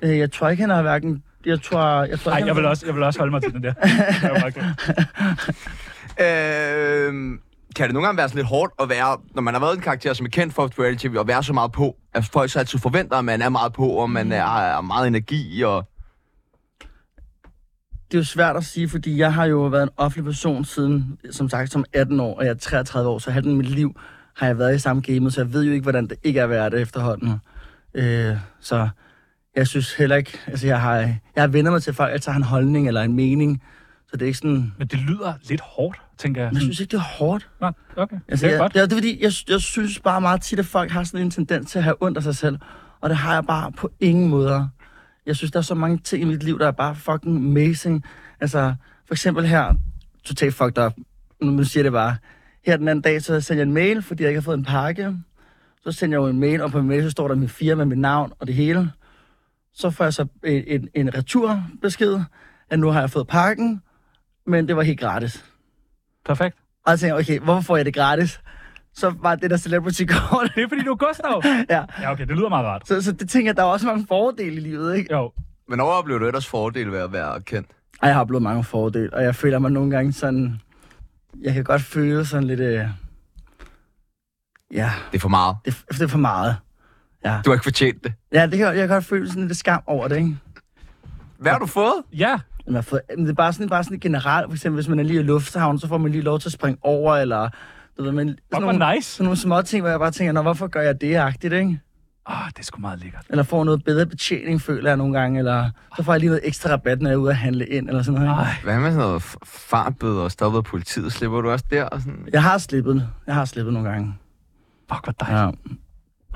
Speaker 2: Øh, jeg tror ikke, han har hverken... Jeg tror... Jeg tror
Speaker 6: Nej,
Speaker 2: ikke,
Speaker 6: jeg
Speaker 2: han-
Speaker 6: vil også, jeg vil også holde mig til den der. Det er meget klogt.
Speaker 1: Øh, kan det nogle gange være sådan lidt hårdt at være, når man har været en karakter, som er kendt for reality TV, at være så meget på, at folk så altid forventer, at man er meget på, og man er, har meget energi, og...
Speaker 2: det er jo svært at sige, fordi jeg har jo været en offentlig person siden, som sagt, som 18 år, og jeg er 33 år, så halvdelen af mit liv har jeg været i samme game, så jeg ved jo ikke, hvordan det ikke er at være det efterhånden. Øh, så jeg synes heller ikke, altså jeg har, jeg har vendt mig til, at folk altid har en holdning eller en mening, så det er ikke sådan,
Speaker 6: Men det lyder lidt hårdt, tænker jeg.
Speaker 2: jeg synes ikke, det er hårdt.
Speaker 6: Nå, okay.
Speaker 2: Altså,
Speaker 6: det er
Speaker 2: jeg,
Speaker 6: godt.
Speaker 2: Ja, det er fordi, jeg, jeg synes bare meget tit, at folk har sådan en tendens til at have ondt af sig selv. Og det har jeg bare på ingen måder. Jeg synes, der er så mange ting i mit liv, der er bare fucking amazing. Altså, for eksempel her, totalt fucked up. Nu nu siger jeg det bare. Her den anden dag, så sendte jeg en mail, fordi jeg ikke har fået en pakke. Så sendte jeg jo en mail, og på min mail, så står der min firma, mit navn og det hele. Så får jeg så en, en, en returbesked, at nu har jeg fået pakken, men det var helt gratis.
Speaker 6: Perfekt.
Speaker 2: Og så tænkte jeg, okay, hvorfor får jeg det gratis? Så var det der celebrity-kort.
Speaker 6: Det er fordi, du er Gustav.
Speaker 2: ja.
Speaker 6: Ja, okay, det lyder meget rart.
Speaker 2: Så, så det tænker jeg, der er også mange fordele i livet, ikke?
Speaker 6: Jo,
Speaker 1: Men overoplever du ellers fordele ved at være kendt?
Speaker 2: Og jeg har oplevet mange fordele, og jeg føler mig nogle gange sådan... Jeg kan godt føle sådan lidt... Øh, ja,
Speaker 1: Det er for meget.
Speaker 2: det, det er for meget.
Speaker 1: Du har ikke fortjent det.
Speaker 2: Ja, det kan, jeg kan godt føle sådan lidt skam over det, ikke?
Speaker 1: Hvad har du fået?
Speaker 6: ja.
Speaker 2: Men man får, men det er bare sådan, bare sådan generelt, for eksempel hvis man er lige i lufthavn, så får man lige lov til at springe over, eller... Du ved, men, sådan,
Speaker 6: Fuck,
Speaker 2: nogle,
Speaker 6: hvor nice.
Speaker 2: sådan nogle små ting, hvor jeg bare tænker, Nå, hvorfor gør jeg det-agtigt, ikke?
Speaker 6: Ah, det er sgu meget lækkert.
Speaker 2: eller får noget bedre betjening, føler jeg nogle gange, eller så får jeg lige noget ekstra rabat, når jeg er ude at handle ind, eller sådan noget.
Speaker 6: Ej,
Speaker 1: Hvad med sådan noget f- fartbøder og stoppet af politiet? Slipper du også der? Og sådan?
Speaker 2: Jeg har slippet. den. Jeg har slippet nogle gange.
Speaker 6: fuck, hvor dejligt.
Speaker 2: Ja.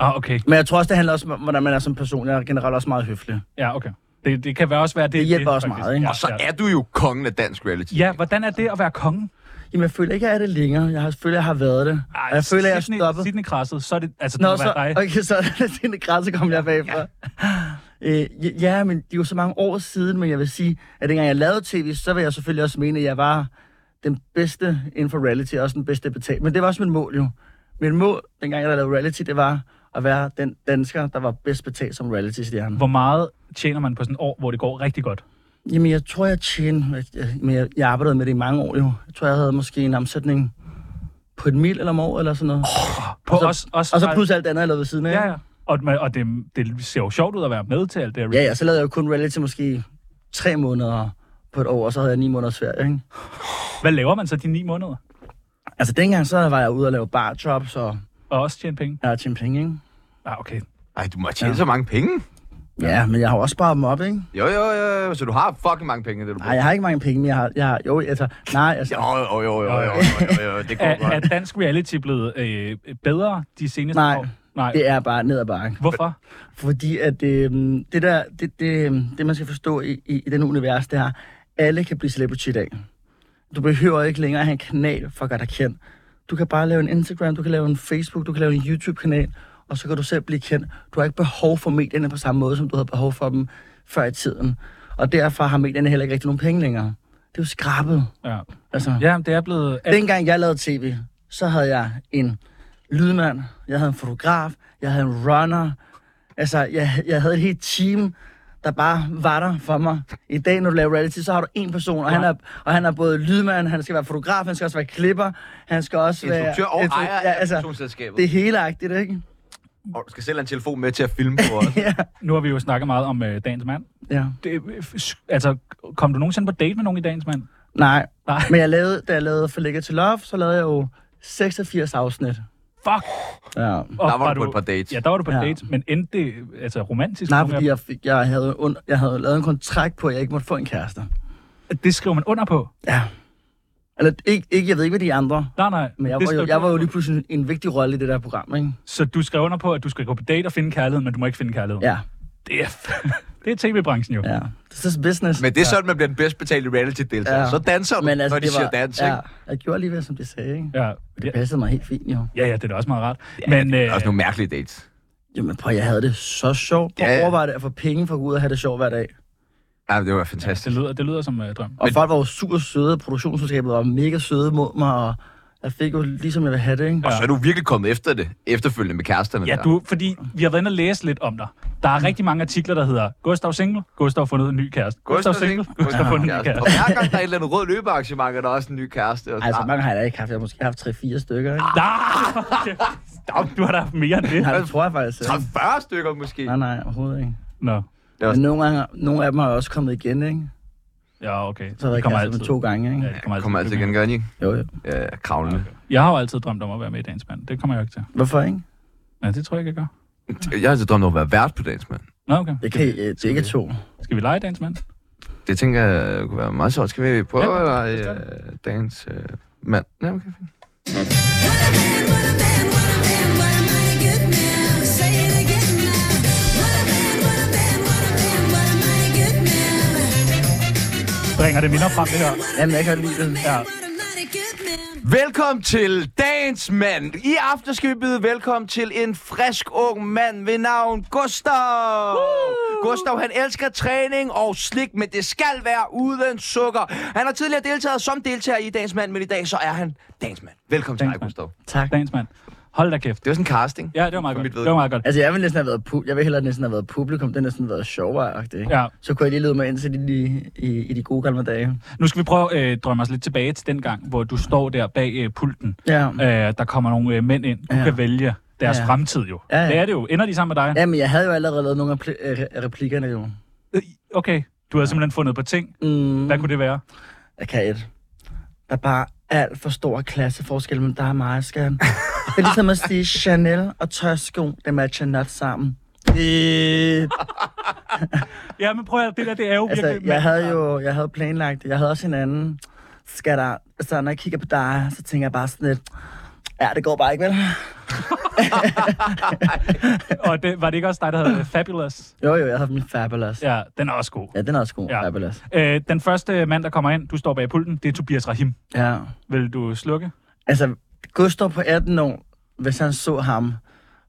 Speaker 6: Ah, okay.
Speaker 2: Men jeg tror også, det handler også om, hvordan man er som person. Jeg er generelt også meget høflig.
Speaker 6: Ja, okay. Det, det kan være også være det.
Speaker 2: Det hjælper også
Speaker 6: faktisk.
Speaker 2: meget, ikke?
Speaker 6: Ja,
Speaker 1: Og så
Speaker 6: ja.
Speaker 1: er du jo kongen af dansk reality.
Speaker 6: ja, hvordan er det at være kongen?
Speaker 2: Jamen, jeg føler ikke, at jeg er det længere. Jeg har, føler, jeg har været det. og jeg føler, jeg er
Speaker 6: Sydney-
Speaker 2: stoppet.
Speaker 6: Sydney krasset, så er det, altså, det
Speaker 2: Nå,
Speaker 6: må
Speaker 2: så,
Speaker 6: være dig.
Speaker 2: okay, så er det sådan en græs, så kom jeg bagfra. Øh, ja- ja, men det er jo så mange år siden, men jeg vil sige, at dengang jeg lavede tv, så vil jeg selvfølgelig også mene, at jeg var den bedste inden for reality, og også den bedste betalt. Men det var også mit mål jo. Mit mål, dengang jeg lavede reality, det var at være den dansker, der var bedst betalt som reality-stjerne.
Speaker 6: Hvor meget tjener man på sådan et år, hvor det går rigtig godt?
Speaker 2: Jamen, jeg tror, jeg tjener... Men jeg, jeg arbejdede med det i mange år jo. Jeg tror, jeg havde måske en omsætning på et mil eller om året, eller sådan noget.
Speaker 6: På
Speaker 2: Og så-
Speaker 6: os, os,
Speaker 2: og så plus alt andet, jeg lavede ved siden af.
Speaker 6: Ja, ja. Og, man- og det, det ser jo sjovt ud at være med til alt det her.
Speaker 2: Ja, ja, så lavede jeg jo kun reality måske tre måneder på et år, og så havde jeg ni måneders ferie, ikke?
Speaker 6: Hvad laver man så de ni måneder?
Speaker 2: Altså, dengang så var jeg ude og lave barjobs, og
Speaker 6: Og også tjene penge?
Speaker 2: jeg har tjent penge, ikke?
Speaker 6: Ah, okay.
Speaker 1: Ej, du må tjene ja. så mange penge.
Speaker 2: Ja, men jeg har jo også sparet dem op, ikke?
Speaker 1: Jo, jo, jo, jo. Så du har fucking mange penge, det du
Speaker 2: Nej, jeg har ikke mange penge, men jeg har... Jeg har jo, altså, nej, altså...
Speaker 1: Jo, jo, jo, jo, jo, jo, jo, jo. Det går
Speaker 6: Er, er
Speaker 1: godt.
Speaker 6: dansk reality blevet øh, bedre de seneste
Speaker 2: Nej.
Speaker 6: år? Nej.
Speaker 2: Det er bare ned ad bakken.
Speaker 6: Hvorfor?
Speaker 2: Fordi at øh, det der, det, det, øhm, det man skal forstå i, i, i den univers, det er, alle kan blive celebrity i dag. Du behøver ikke længere have en kanal for at gøre dig kendt. Du kan bare lave en Instagram, du kan lave en Facebook, du kan lave en YouTube-kanal, og så kan du selv blive kendt. Du har ikke behov for medierne på samme måde, som du havde behov for dem før i tiden. Og derfor har medierne heller ikke rigtig nogen penge længere. Det er jo skrabet.
Speaker 6: Ja.
Speaker 2: Altså, ja.
Speaker 6: ja, det er blevet... Alt.
Speaker 2: dengang jeg lavede tv, så havde jeg en lydmand, jeg havde en fotograf, jeg havde en runner. Altså, jeg, jeg havde et helt team, der bare var der for mig. I dag, når du laver reality, så har du én person, og, han, er, og han er både lydmand, han skal være fotograf, han skal også være klipper, han skal også være...
Speaker 1: Instruktør og
Speaker 2: instru- altså,
Speaker 1: ejer af produktionsselskabet.
Speaker 2: Det er helagtigt, ikke?
Speaker 1: Og du skal selv have en telefon med til at filme på os.
Speaker 2: Ja.
Speaker 6: Nu har vi jo snakket meget om øh, dagens mand.
Speaker 2: ja.
Speaker 6: Det, øh, s- altså, kom du nogensinde på date med nogen i dagens mand?
Speaker 2: Nej.
Speaker 6: Nej.
Speaker 2: Men jeg lavede, da jeg lavede For Ligger til Love, så lavede jeg jo 86 afsnit.
Speaker 6: Fuck!
Speaker 2: Ja.
Speaker 6: Og
Speaker 1: Der var du på et par dates.
Speaker 6: Ja, der var du på ja.
Speaker 2: Ja.
Speaker 6: dates, men endte det øh, altså, romantisk?
Speaker 2: Nej,
Speaker 6: Nogen
Speaker 2: fordi
Speaker 6: af-
Speaker 2: jeg, fik, jeg, havde, und, jeg havde lavet en kontrakt på, at jeg ikke måtte få en kæreste.
Speaker 6: Det skriver man under på.
Speaker 2: Ja. Eller ikke, ikke jeg ved ikke med de andre,
Speaker 6: Nej, nej.
Speaker 2: men jeg
Speaker 6: det
Speaker 2: var, jo,
Speaker 6: skriver
Speaker 2: jeg
Speaker 6: du
Speaker 2: var jo
Speaker 6: under
Speaker 2: lige
Speaker 6: på.
Speaker 2: pludselig en vigtig rolle i det der program, ikke?
Speaker 6: Så du skrev under på, at du skal gå på date og finde kærligheden, men du må ikke finde kærligheden?
Speaker 2: Ja,
Speaker 6: Det er, f- det er tv-branchen jo.
Speaker 2: ja. This is business.
Speaker 1: Men det er sådan, man bliver den bedst betalte reality-deltager.
Speaker 2: Ja.
Speaker 1: Så danser du,
Speaker 2: Men altså,
Speaker 1: når de
Speaker 2: det
Speaker 1: siger
Speaker 2: var-
Speaker 1: dans,
Speaker 2: ja,
Speaker 1: ikke?
Speaker 2: Jeg gjorde lige, hvad som de sagde, ikke?
Speaker 6: Ja, ja,
Speaker 2: Det passede mig helt fint, jo.
Speaker 6: ja, ja det er da også meget rart. men, øh,
Speaker 1: Der er også nogle mærkelige dates.
Speaker 2: Jamen prøv, jeg havde det så sjovt. Prøv
Speaker 1: Ja,
Speaker 2: at
Speaker 1: ja.
Speaker 2: overveje det at få penge for at gå ud og have det sjovt hver dag.
Speaker 1: Ja, det var
Speaker 6: det,
Speaker 1: fantastisk.
Speaker 6: lyder, det lyder som øh, drøm.
Speaker 2: Og Men... folk var jo super søde, produktionsselskabet var mega søde mod mig, og jeg fik jo ligesom jeg ville have det, ikke?
Speaker 1: Og så er du virkelig kommet efter det, efterfølgende med kæresterne
Speaker 6: Ja,
Speaker 1: der.
Speaker 6: du, fordi vi har været inde og læse lidt om dig. Der
Speaker 2: Mm.
Speaker 6: er rigtig mange artikler, der hedder Gustav Single, Gustav fundet en ny kæreste. Gustav Single, Gustav fundet en ny
Speaker 1: kæreste. Og
Speaker 6: kæreste.
Speaker 1: hver gang der er et eller andet rød løbearrangement, er der også en ny kæreste. Og
Speaker 2: Ej, så
Speaker 1: Ah,
Speaker 2: Altså, mange har jeg da ikke haft. Jeg har måske haft 3-4 stykker, ikke?
Speaker 6: Nej, okay. Stop, du har da haft mere end det.
Speaker 1: altså,
Speaker 2: Nej, det tror jeg faktisk. ikke.
Speaker 1: 40 stykker måske.
Speaker 2: Nej, nej, overhovedet ikke.
Speaker 6: Nå,
Speaker 2: Men nogle, gange, nogle af dem har også kommet igen, ikke?
Speaker 6: ja, okay.
Speaker 2: Så har jeg
Speaker 6: kommer
Speaker 2: været kastet med to gange, ikke?
Speaker 6: Ja, det kommer,
Speaker 1: Kommer altså igen, gør den ikke?
Speaker 2: Jo, jo.
Speaker 1: Ja, kravlende.
Speaker 6: Jeg har jo altid drømt om at være med i Dagens Mand. Det kommer jeg jo ikke til.
Speaker 2: Hvorfor ikke?
Speaker 6: Ja, det tror jeg ikke, jeg gør.
Speaker 1: Jeg har altid drømt om at være vært på dagens mand.
Speaker 6: Nå, okay.
Speaker 2: Det kan I, øh, det er ikke to.
Speaker 6: Skal vi lege Dagens Mand?
Speaker 1: Det tænker jeg kunne være meget sjovt. Skal vi prøve
Speaker 6: Ja,
Speaker 1: at være
Speaker 6: lad os gøre
Speaker 1: øh, dagens øh, mand? Ja, okay, fint.
Speaker 6: Bringer det minder frem, det her.
Speaker 2: Jamen, jeg kan godt lide det.
Speaker 6: Ja.
Speaker 1: Velkommen til dagens mand. I aften skal vi byde velkommen til en frisk ung mand ved navn Gustav. Woo! Gustav, han elsker træning og slik, men det skal være uden sukker. Han har tidligere deltaget som deltager i dagens mand, men i dag så er han dagens mand. Velkommen til
Speaker 6: Dagens
Speaker 1: dig,
Speaker 6: mand.
Speaker 1: Gustav.
Speaker 2: Tak.
Speaker 6: Dagens Mand. Hold da kæft.
Speaker 1: Det var sådan en casting.
Speaker 6: Ja, det var meget
Speaker 1: For
Speaker 6: godt.
Speaker 1: mit
Speaker 6: Det var meget godt.
Speaker 2: Altså, jeg ville næsten have været, pu- jeg ville hellere næsten have været publikum. Det har næsten været sjovere, ikke?
Speaker 6: Ja.
Speaker 2: Så kunne jeg lige lede mig ind til de, de, i, i de gode gamle dage.
Speaker 6: Nu skal vi prøve at øh, drømme os lidt tilbage til den gang, hvor du står der bag øh, pulten.
Speaker 2: Ja.
Speaker 6: Øh, der kommer nogle øh, mænd ind. Du ja.
Speaker 2: Ja.
Speaker 6: kan vælge deres ja.
Speaker 2: Ja.
Speaker 6: fremtid jo. Ja,
Speaker 2: Ja,
Speaker 6: ja.
Speaker 2: ja.
Speaker 6: Det er det jo. Ender de sammen med dig? Ja.
Speaker 2: Jamen, jeg havde jo allerede lavet nogle af pli- øh, re- replikkerne, jo.
Speaker 6: Okay. Du havde simpelthen fundet på ting.
Speaker 2: Mm,
Speaker 6: Hvad kunne det være?
Speaker 2: Jeg kan et. Der er bare alt for stor klasseforskel, men der er meget skat. Det er ligesom at sige, Chanel og tørsko, det matcher not sammen. Øh,
Speaker 6: Ja, men prøv at det der, det er jo virkelig...
Speaker 2: altså, jeg havde jo jeg havde planlagt det. Jeg havde også en anden. Skal der, altså, når jeg kigger på dig, så tænker jeg bare sådan lidt, ja, det går bare ikke, vel?
Speaker 6: Og det, var det ikke også dig, der havde øh, Fabulous?
Speaker 2: Jo, jo, jeg har min Fabulous. Ja,
Speaker 6: Ja, den er også god.
Speaker 2: ja den er også god,
Speaker 6: Ja.
Speaker 2: ja. Fabulous.
Speaker 6: Øh, den første mand, der kommer ind, du står bag pulten, det er Tobias Rahim.
Speaker 2: Ja.
Speaker 6: Vil du slukke?
Speaker 2: Altså, Gustav på 18 år, hvis han så ham,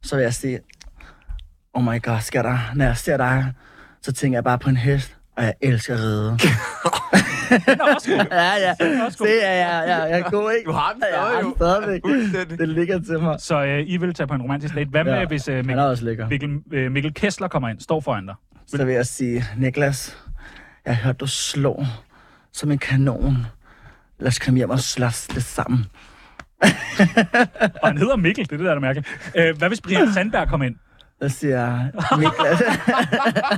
Speaker 2: så vil jeg sige, oh my god, skal der, når jeg ser dig, så tænker jeg bare på en hest, og jeg elsker at ride.
Speaker 6: Den er også god.
Speaker 2: ja, ja,
Speaker 6: også god.
Speaker 2: se, ja, ja, ja, jeg er god, ikke?
Speaker 1: Du har den
Speaker 2: jeg har
Speaker 1: stadig,
Speaker 2: den
Speaker 1: jo.
Speaker 2: stadigvæk.
Speaker 1: Fuldstændig.
Speaker 2: Det ligger til mig.
Speaker 6: Så øh, I vil tage på en romantisk date. Hvad med, ja.
Speaker 2: Ja.
Speaker 6: hvis øh,
Speaker 2: Han er
Speaker 6: Mikkel,
Speaker 2: også lækker.
Speaker 6: Mikkel, øh, Mikkel Kessler kommer ind, står foran dig?
Speaker 2: Så vil jeg sige, Niklas, jeg har hørt, du slår som en kanon. Lad os komme hjem og slås lidt sammen.
Speaker 6: Og han hedder Mikkel, det er det, der er det mærkeligt. Øh, hvad hvis Brian Sandberg kommer ind?
Speaker 2: Så siger jeg, Niklas.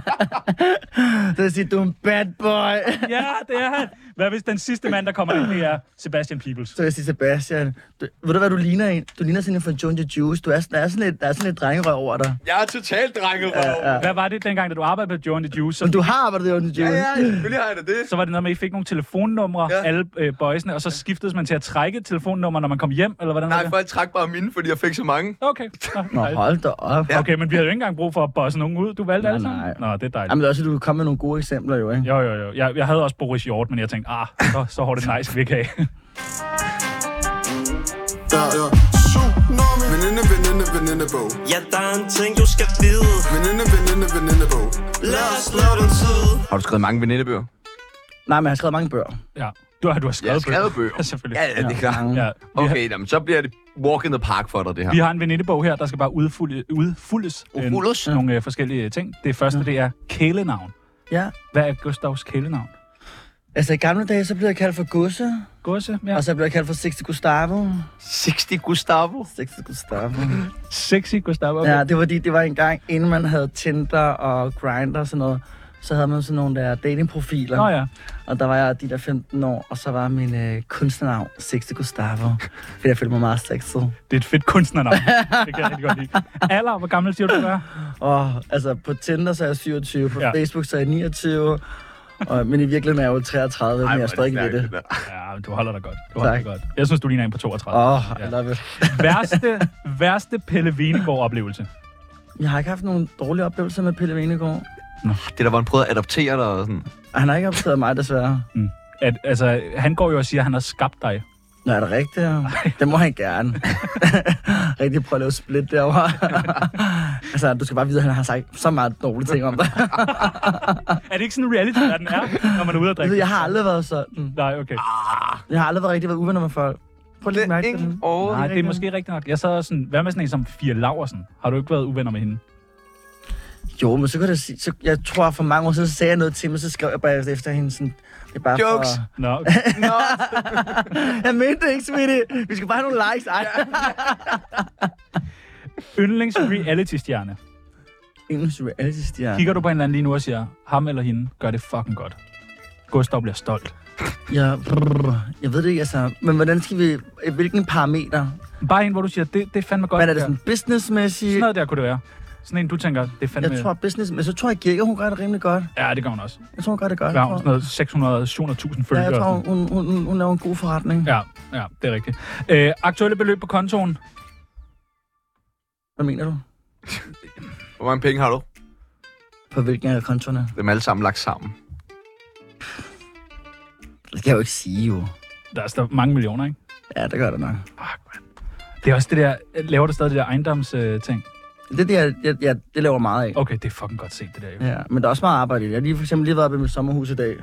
Speaker 2: så siger jeg, du er en bad boy.
Speaker 6: Ja, det er han. Hvad hvis den sidste mand, der kommer ind, det er Sebastian Peebles?
Speaker 2: Så vil jeg sige, Sebastian, du, ved du hvad du ligner en? Du ligner sådan en fra John the Juice. Du er, sådan- der, er sådan lidt, der er sådan lidt drengerøv over dig.
Speaker 1: Jeg er totalt drengerøv. Ja, ja.
Speaker 6: Hvad var det dengang, da du arbejdede på Joe and the Juice?
Speaker 2: Men
Speaker 6: Så,
Speaker 2: du har arbejdet i John the Juice.
Speaker 1: selvfølgelig har jeg da det.
Speaker 6: så var det noget med, at I fik nogle telefonnumre, ja.
Speaker 1: Ja.
Speaker 6: alle øh, boysene, og så skiftedes man til at trække et telefonnummer, når man kom hjem, eller hvordan var
Speaker 1: Nej,
Speaker 6: det?
Speaker 1: folk trak bare mine, fordi jeg fik så mange.
Speaker 6: Okay. Nå,
Speaker 2: Nå, hold da op. Ja.
Speaker 6: Okay, men vi havde jo ikke engang brug for at bosse nogen ud. Du valgte
Speaker 2: Nej,
Speaker 6: alle sammen.
Speaker 2: nej.
Speaker 6: Nå, det er dejligt.
Speaker 2: Jamen, det er også, at du kan komme med nogle gode eksempler jo, ikke?
Speaker 6: Jo, jo, jo. Jeg, jeg havde også Boris Hjort, men jeg tænkte, ah, så, så hårdt det nice, vi ikke have.
Speaker 8: Tsunami Veninde, veninde, venindebog
Speaker 3: Ja, der er en ting, du skal vide
Speaker 8: Veninde, veninde, venindebog
Speaker 3: Lad os slå den tid
Speaker 1: Har du skrevet mange venindebøger?
Speaker 2: Nej, men jeg har skrevet mange bøger.
Speaker 6: Ja. Du har, du har skrevet,
Speaker 1: Jeg har skrevet bøger.
Speaker 6: Selvfølgelig.
Speaker 1: Ja, ja, det er klart.
Speaker 6: Ja. Vi, har,
Speaker 1: Okay, jamen, så bliver det walk in the park for dig, det her.
Speaker 6: vi har en venindebog her, der skal bare udfulde, udfuldes øh,
Speaker 1: Ufuldes?
Speaker 6: nogle øh, forskellige ting. Det første, det er kælenavn.
Speaker 2: Ja.
Speaker 6: Hvad er Gustavs kælenavn?
Speaker 2: Altså, i gamle dage, så blev jeg kaldt for Gusse,
Speaker 6: Gusse, ja.
Speaker 2: og så blev jeg kaldt for Sixte Gustavo.
Speaker 1: 60 Gustavo.
Speaker 2: Sixte Gustavo.
Speaker 6: Sexy Gustav. Okay.
Speaker 2: Ja, det var, de, det var en gang, inden man havde Tinder og Grindr og sådan noget, så havde man sådan nogle der datingprofiler.
Speaker 6: Nå ja.
Speaker 2: Og der var jeg de der 15 år, og så var min øh, kunstnernavn Sixte Gustavo. Fordi jeg følte mig meget sexet.
Speaker 6: Det er et fedt kunstnernavn. det kan jeg rigtig godt lide. Alder, hvor gammel siger du, du er?
Speaker 2: Og altså, på Tinder så er jeg 27, på
Speaker 6: Ja.
Speaker 2: ja. Facebook så er jeg 29. Og, men i virkeligheden er jeg jo 33, men jeg er stadig ved det.
Speaker 6: Ja, du holder dig godt. Du holder dig
Speaker 2: Tak.
Speaker 6: godt. Jeg synes, du ligner en på 32.
Speaker 2: Åh, oh,
Speaker 6: Ja.
Speaker 2: I love it.
Speaker 6: værste, værste Pelle Venegård-oplevelse.
Speaker 2: Jeg har ikke haft nogen dårlige oplevelser med Pelle Venegård.
Speaker 1: Det der, hvor han prøvede at adoptere dig og sådan.
Speaker 2: Han har ikke optaget mig, desværre.
Speaker 6: Mm. At, altså, han går jo og siger, at han har skabt dig.
Speaker 2: Nå, er det rigtigt? Det må han gerne. Rigtig prøve at lave split derovre. altså, du skal bare vide, at han har sagt så meget dårlige ting om dig.
Speaker 6: Er det ikke sådan en reality, der den er, når man er ude og drikke?
Speaker 2: jeg har aldrig været sådan.
Speaker 6: Nej, okay.
Speaker 2: Jeg har aldrig været rigtig været uvenner med folk. Prøv lige at mærke det. nu.
Speaker 1: over.
Speaker 6: Nej, det er måske rigtigt nok. Jeg sad og sådan, hvad med sådan en som Fia Laversen? Har du ikke været uvenner med hende?
Speaker 2: Jo, men så kunne jeg sige, så jeg tror for mange år siden, så sagde jeg noget til mig, så skrev jeg bare efter hende sådan, det er bare
Speaker 1: Jokes.
Speaker 2: For,
Speaker 6: Nå, okay.
Speaker 2: jeg mente det ikke, sweetie. Vi skal bare have nogle likes. Ej.
Speaker 6: Yndlings reality-stjerne.
Speaker 2: Engelsk reality-stjerne.
Speaker 6: Kigger du på en eller anden lige nu og siger, ham eller hende gør det fucking godt. Gustav bliver stolt.
Speaker 2: Jeg, jeg ved det ikke, altså. Men hvordan skal vi... Hvilken parameter?
Speaker 6: Bare en, hvor du siger, det, det er fandme godt.
Speaker 2: Hvad er det
Speaker 6: der.
Speaker 2: sådan
Speaker 6: Sådan
Speaker 2: businessmæssigt?
Speaker 6: noget der kunne det være. Sådan en, du tænker, det er fandme...
Speaker 2: Jeg tror business, men så tror jeg Kirke, hun gør det rimelig godt.
Speaker 6: Ja, det gør hun også.
Speaker 2: Jeg tror, hun gør det godt.
Speaker 6: Hvad
Speaker 2: Jeg
Speaker 6: har hun?
Speaker 2: tror,
Speaker 6: Sådan noget 600-700.000
Speaker 2: ja,
Speaker 6: følgere.
Speaker 2: jeg
Speaker 6: og sådan
Speaker 2: tror hun, hun, hun, hun laver en god forretning. Ja.
Speaker 6: Ja, ja, det er rigtigt. Øh, aktuelle beløb på kontoen?
Speaker 2: Hvad mener du?
Speaker 1: Hvor mange penge har du?
Speaker 2: På hvilken af kontorerne?
Speaker 1: Dem alle sammen lagt sammen.
Speaker 2: Det kan jeg jo ikke sige, jo.
Speaker 6: Der er stadig mange millioner, ikke?
Speaker 2: Ja, det gør det nok.
Speaker 6: Fuck, man. Det er også det der, laver du stadig det der ejendomsting? Øh, ting?
Speaker 2: Det er det, jeg, jeg, jeg, det laver meget af.
Speaker 6: okay, det er fucking godt set, det der. Ja.
Speaker 2: Ja, men der er også meget arbejde i det. Jeg har lige for eksempel lige været oppe i mit sommerhus i dag.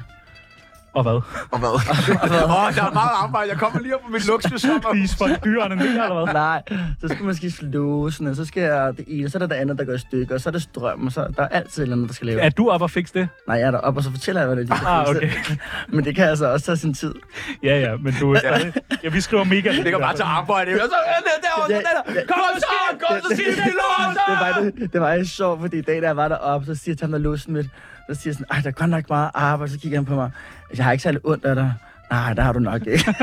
Speaker 6: Og hvad?
Speaker 1: Og hvad? Åh, oh, der er meget arbejde. Jeg kommer lige op på mit luksus.
Speaker 6: Spise for dyrene ned, eller hvad?
Speaker 2: Nej, så skal man skifte låsen, og så skal jeg det ene, og så er der det andet, der går i stykker, og så er det strøm, og så der er altid et eller andet, der skal laves.
Speaker 6: Er du op og fikse det?
Speaker 2: Nej, jeg er deroppe, og så fortæller jeg, hvad det er, de skal
Speaker 6: Ah,
Speaker 2: fikse.
Speaker 6: okay.
Speaker 2: Men det kan altså også tage sin tid.
Speaker 6: Ja, ja, men du er stadig... Ja, vi skriver mega...
Speaker 1: Det går bare til arbejde. Og så er det derovre,
Speaker 2: Ja,
Speaker 1: så er det der.
Speaker 2: ja.
Speaker 1: Kom så, kom så, sig det lort.
Speaker 2: Det var, det, det var helt sjovt, fordi i dag, da jeg var deroppe, så siger Tom, der låsen mit, så siger jeg sådan, ej, der er godt nok meget arbejde, så kigger han på mig, jeg har ikke særlig ondt af dig. Nej, der har du nok ikke.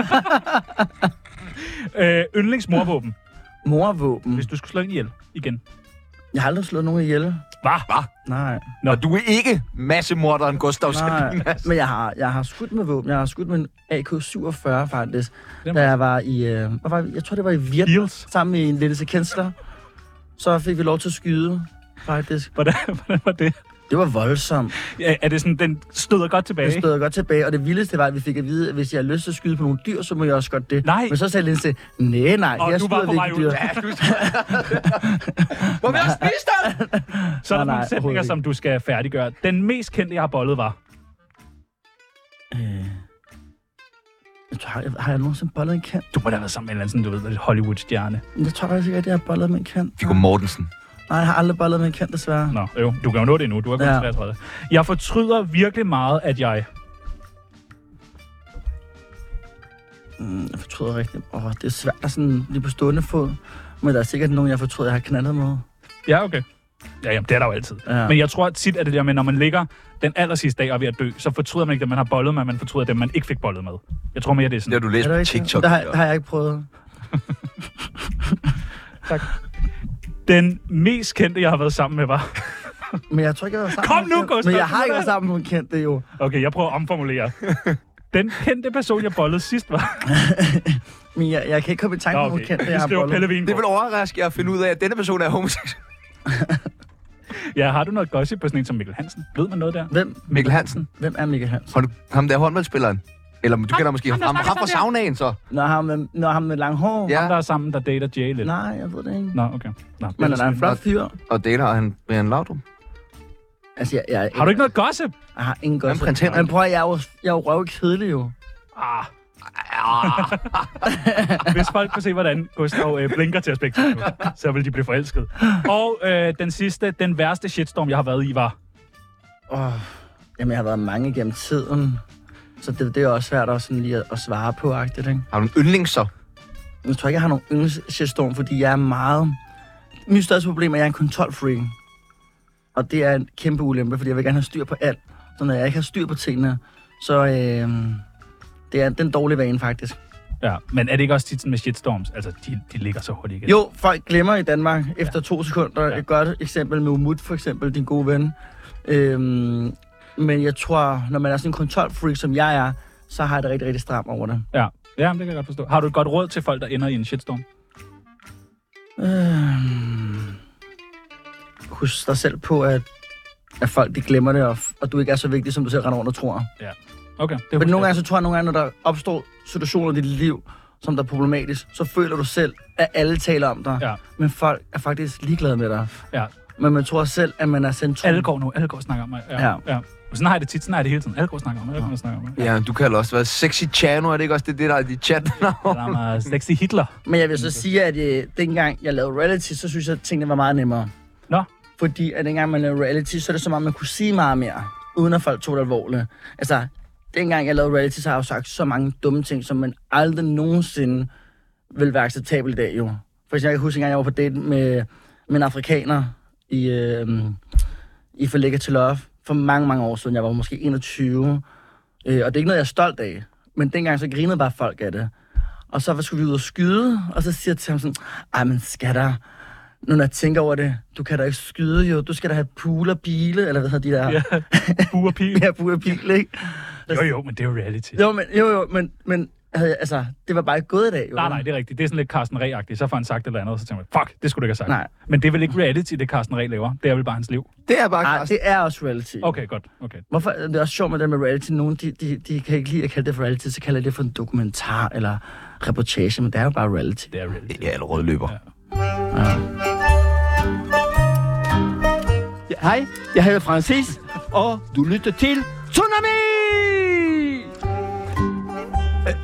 Speaker 6: Øh, yndlingsmorvåben,
Speaker 2: Morvåben.
Speaker 6: hvis du skulle slå en ihjel igen.
Speaker 2: Jeg har aldrig slået nogen ihjel.
Speaker 6: Hva? Hva?
Speaker 2: Nej,
Speaker 1: Og du er ikke massemorderen Gustav
Speaker 2: nej.
Speaker 1: Sandin Madsen.
Speaker 2: Men jeg har, jeg har skudt med våben. Jeg har skudt med en AK-47 faktisk,
Speaker 6: Den
Speaker 2: da
Speaker 6: var-
Speaker 2: jeg var i, øh, hvad var, vi? jeg tror det var i Vietnam,
Speaker 6: Heels.
Speaker 2: sammen med en lille kensler. Så fik vi lov til at skyde, faktisk.
Speaker 6: Hvordan, hvordan var det?
Speaker 2: Det var voldsomt.
Speaker 6: Ja, er det sådan, den støder godt tilbage?
Speaker 2: Jeg stod jeg godt tilbage, og det vildeste var, at vi fik at vide, at hvis jeg har lyst til at skyde på nogle dyr, så må jeg også godt det.
Speaker 6: Nej.
Speaker 2: Men så sagde Linse, nej, nej,
Speaker 6: Og
Speaker 2: jeg
Speaker 6: du var
Speaker 2: skyder
Speaker 6: på vej
Speaker 2: ikke
Speaker 6: ud.
Speaker 2: dyr.
Speaker 6: Ja,
Speaker 1: Må vi også spise dig?
Speaker 6: Så er
Speaker 2: Nej,
Speaker 6: der nogle
Speaker 2: nej,
Speaker 6: sætninger,
Speaker 2: overhovedet
Speaker 6: som du skal færdiggøre. Den mest kendte, jeg har bollet, var...
Speaker 2: Jeg tror, jeg, har jeg nogensinde bollet en kant?
Speaker 6: Du må da have været sammen med en eller anden, sådan, du ved, Hollywood-stjerne.
Speaker 2: Jeg tror faktisk ikke, at jeg har bollet med en kant.
Speaker 1: Viggo Mortensen.
Speaker 2: Nej, jeg har aldrig bollet med en kant, desværre.
Speaker 6: Nå, jo, du kan jo nå det nu. Du er kun ja.
Speaker 2: Ja.
Speaker 6: 33. Jeg fortryder virkelig meget, at jeg...
Speaker 2: Mm, jeg fortryder rigtig. Åh, det er svært at sådan lige på stående fod. Men der er sikkert nogen, jeg fortryder, jeg har knaldet med.
Speaker 6: Ja, okay. Ja, jamen, det er der jo altid. Ja.
Speaker 2: Ja.
Speaker 6: Men jeg tror tit, at det der med, når man ligger den aller sidste dag og er ved at dø, så fortryder man ikke dem, man har bollet med, man fortryder dem, man ikke fik bollet med. Jeg tror mere, det er
Speaker 1: Det har
Speaker 6: sådan.
Speaker 1: du læst
Speaker 2: Er det
Speaker 1: på
Speaker 2: rigtigt?
Speaker 1: TikTok.
Speaker 2: Der har, der har jeg ikke prøvet.
Speaker 6: Den mest kendte, jeg har været sammen med, var...
Speaker 2: Men jeg tror ikke, jeg var sammen
Speaker 6: Kom
Speaker 2: med en
Speaker 6: nu,
Speaker 2: kendt.
Speaker 6: Gustav,
Speaker 2: Men jeg
Speaker 6: du
Speaker 2: har ikke
Speaker 6: er-
Speaker 2: været sammen med en kendt, det er jo.
Speaker 6: Okay, jeg prøver at omformulere. Den kendte person, jeg bollede sidst, var...
Speaker 2: Men jeg, jeg kan ikke komme i tanke
Speaker 6: Nå,
Speaker 2: om, okay.
Speaker 6: okay.
Speaker 2: kendt, det
Speaker 6: Vi
Speaker 2: jeg har
Speaker 6: skriver Pelle
Speaker 1: Det
Speaker 2: bollet.
Speaker 6: Vingård.
Speaker 1: vil overraske jer at finde ud af, at denne person er homoseksuel.
Speaker 6: Ja, har du noget gossip på sådan en som Mikkel Hansen? Ved man noget der?
Speaker 2: Hvem,
Speaker 1: Mikkel Hansen.
Speaker 2: hvem er Mikkel Hansen?
Speaker 1: Har du ham der håndboldspilleren? Eller du kender måske ham,
Speaker 6: ham, der
Speaker 1: ham,
Speaker 6: snakker
Speaker 1: ham fra
Speaker 6: sådan der.
Speaker 1: saunaen, så.
Speaker 2: Når ham med, når ham med lang hår?
Speaker 1: Ja,
Speaker 6: Der er sammen, der dater Jay lidt.
Speaker 2: Nej, jeg ved det ikke.
Speaker 6: Nå, okay. Nå,
Speaker 2: Men han er en flot
Speaker 1: Nå.
Speaker 2: fyr.
Speaker 1: og dater han Brian Laudrup.
Speaker 2: Altså, jeg, jeg,
Speaker 6: Har du ikke noget gossip?
Speaker 2: Jeg har ingen godt.
Speaker 1: Jamen, prins Henrik.
Speaker 2: Men prøv at, jeg er jo, jeg er jo røvkedelig jo.
Speaker 6: Ah. Hvis folk kunne se, hvordan Gustav øh, blinker til aspekt, så vil de blive forelsket. Og øh, den sidste, den værste shitstorm, jeg har været i, var...
Speaker 2: Oh, jamen, jeg har været mange gennem tiden. Så det, det er også svært at, sådan lige at, at svare på, agtigt, ikke?
Speaker 1: Har du en yndling så?
Speaker 2: Men Jeg tror ikke, jeg har nogen yndlingsshitstorm, fordi jeg er meget... Min største problem er, at jeg er en kontrolfreak. Og det er en kæmpe ulempe, fordi jeg vil gerne have styr på alt. Så når jeg ikke har styr på tingene, så øh, det er den dårlige vane, faktisk.
Speaker 6: Ja, men er det ikke også tit sådan med shitstorms? Altså, de, de ligger så hurtigt igen.
Speaker 2: Jo, folk glemmer i Danmark efter to sekunder. Et godt eksempel med Umut, for eksempel, din gode ven. Øhm, men jeg tror, når man er sådan en kontrolfreak, som jeg er, så har jeg det rigtig, rigtig stramt over det.
Speaker 6: Ja, ja men det kan jeg godt forstå. Har du et godt råd til folk, der ender i en shitstorm?
Speaker 2: Husk dig selv på, at, at folk de glemmer det, og, og du ikke er så vigtig, som du selv render rundt og tror.
Speaker 6: Ja. Okay, det
Speaker 2: Men
Speaker 6: husker
Speaker 2: nogle
Speaker 6: jeg.
Speaker 2: gange, så tror jeg, nogle gange, når der opstår situationer i dit liv, som der er problematisk, så føler du selv, at alle taler om dig.
Speaker 6: Ja.
Speaker 2: Men folk er faktisk ligeglade med dig.
Speaker 6: Ja.
Speaker 2: Men man tror selv, at man er centrum.
Speaker 6: Alle går nu, alle går og snakker om mig. Ja.
Speaker 2: Ja.
Speaker 6: ja. ja. Sådan har jeg det tit, sådan har jeg det hele tiden. Alle går og snakker om mig, alle går og snakker om mig.
Speaker 1: Ja, du kalder også været Sexy Chano, er det ikke også det, det der er dit chat
Speaker 6: Eller mig sexy Hitler.
Speaker 2: Men jeg vil så sige, at øh, dengang jeg lavede reality, så synes jeg, at tingene var meget nemmere.
Speaker 6: Nå,
Speaker 2: Fordi at dengang man lavede reality, så er det som om, man kunne sige meget mere, uden at folk tog det alvorligt. Altså, dengang jeg lavede reality, så har jeg jo sagt så mange dumme ting, som man aldrig nogensinde ville være acceptabel i dag, jo. For eksempel, jeg kan huske, engang jeg var på date med, med en afrikaner i, øh, i For Lækker til Love, for mange, mange år siden. Jeg var måske 21. Øh, og det er ikke noget, jeg er stolt af. Men dengang så grinede bare folk af det. Og så skulle vi ud og skyde, og så siger jeg til ham sådan, ej, men skatter, nu når jeg tænker over det, du kan da ikke skyde jo, du skal da have pool og bile, eller hvad hedder de der?
Speaker 6: ja. Bue og pil.
Speaker 2: Ja, pool og bile, ikke?
Speaker 6: Jo, jo, men det er jo reality.
Speaker 2: Jo, men, jo, jo, men, men havde jeg, altså, det var bare ikke gået i dag, jo.
Speaker 6: Nej, nej, det er rigtigt. Det er sådan lidt Carsten Reh-agtigt. Så får han sagt et eller andet, og så tænker man, fuck, det skulle du ikke have sagt.
Speaker 2: Nej.
Speaker 6: Men det er vel ikke reality, det Carsten Reh laver. Det er vel bare hans liv.
Speaker 1: Det er bare
Speaker 2: Ej,
Speaker 1: Carsten.
Speaker 2: det er også reality.
Speaker 6: Okay, godt. Okay.
Speaker 2: Hvorfor det er også sjovt med det med reality? Nogle, de, de, de kan ikke lide at kalde det for reality, så kalder de det for en dokumentar eller reportage, men det er jo bare reality.
Speaker 6: Det er reality.
Speaker 1: Ja, eller rødløber.
Speaker 9: Ja, hej, jeg hedder Francis, og du lytter til Tsunami!
Speaker 1: Øh,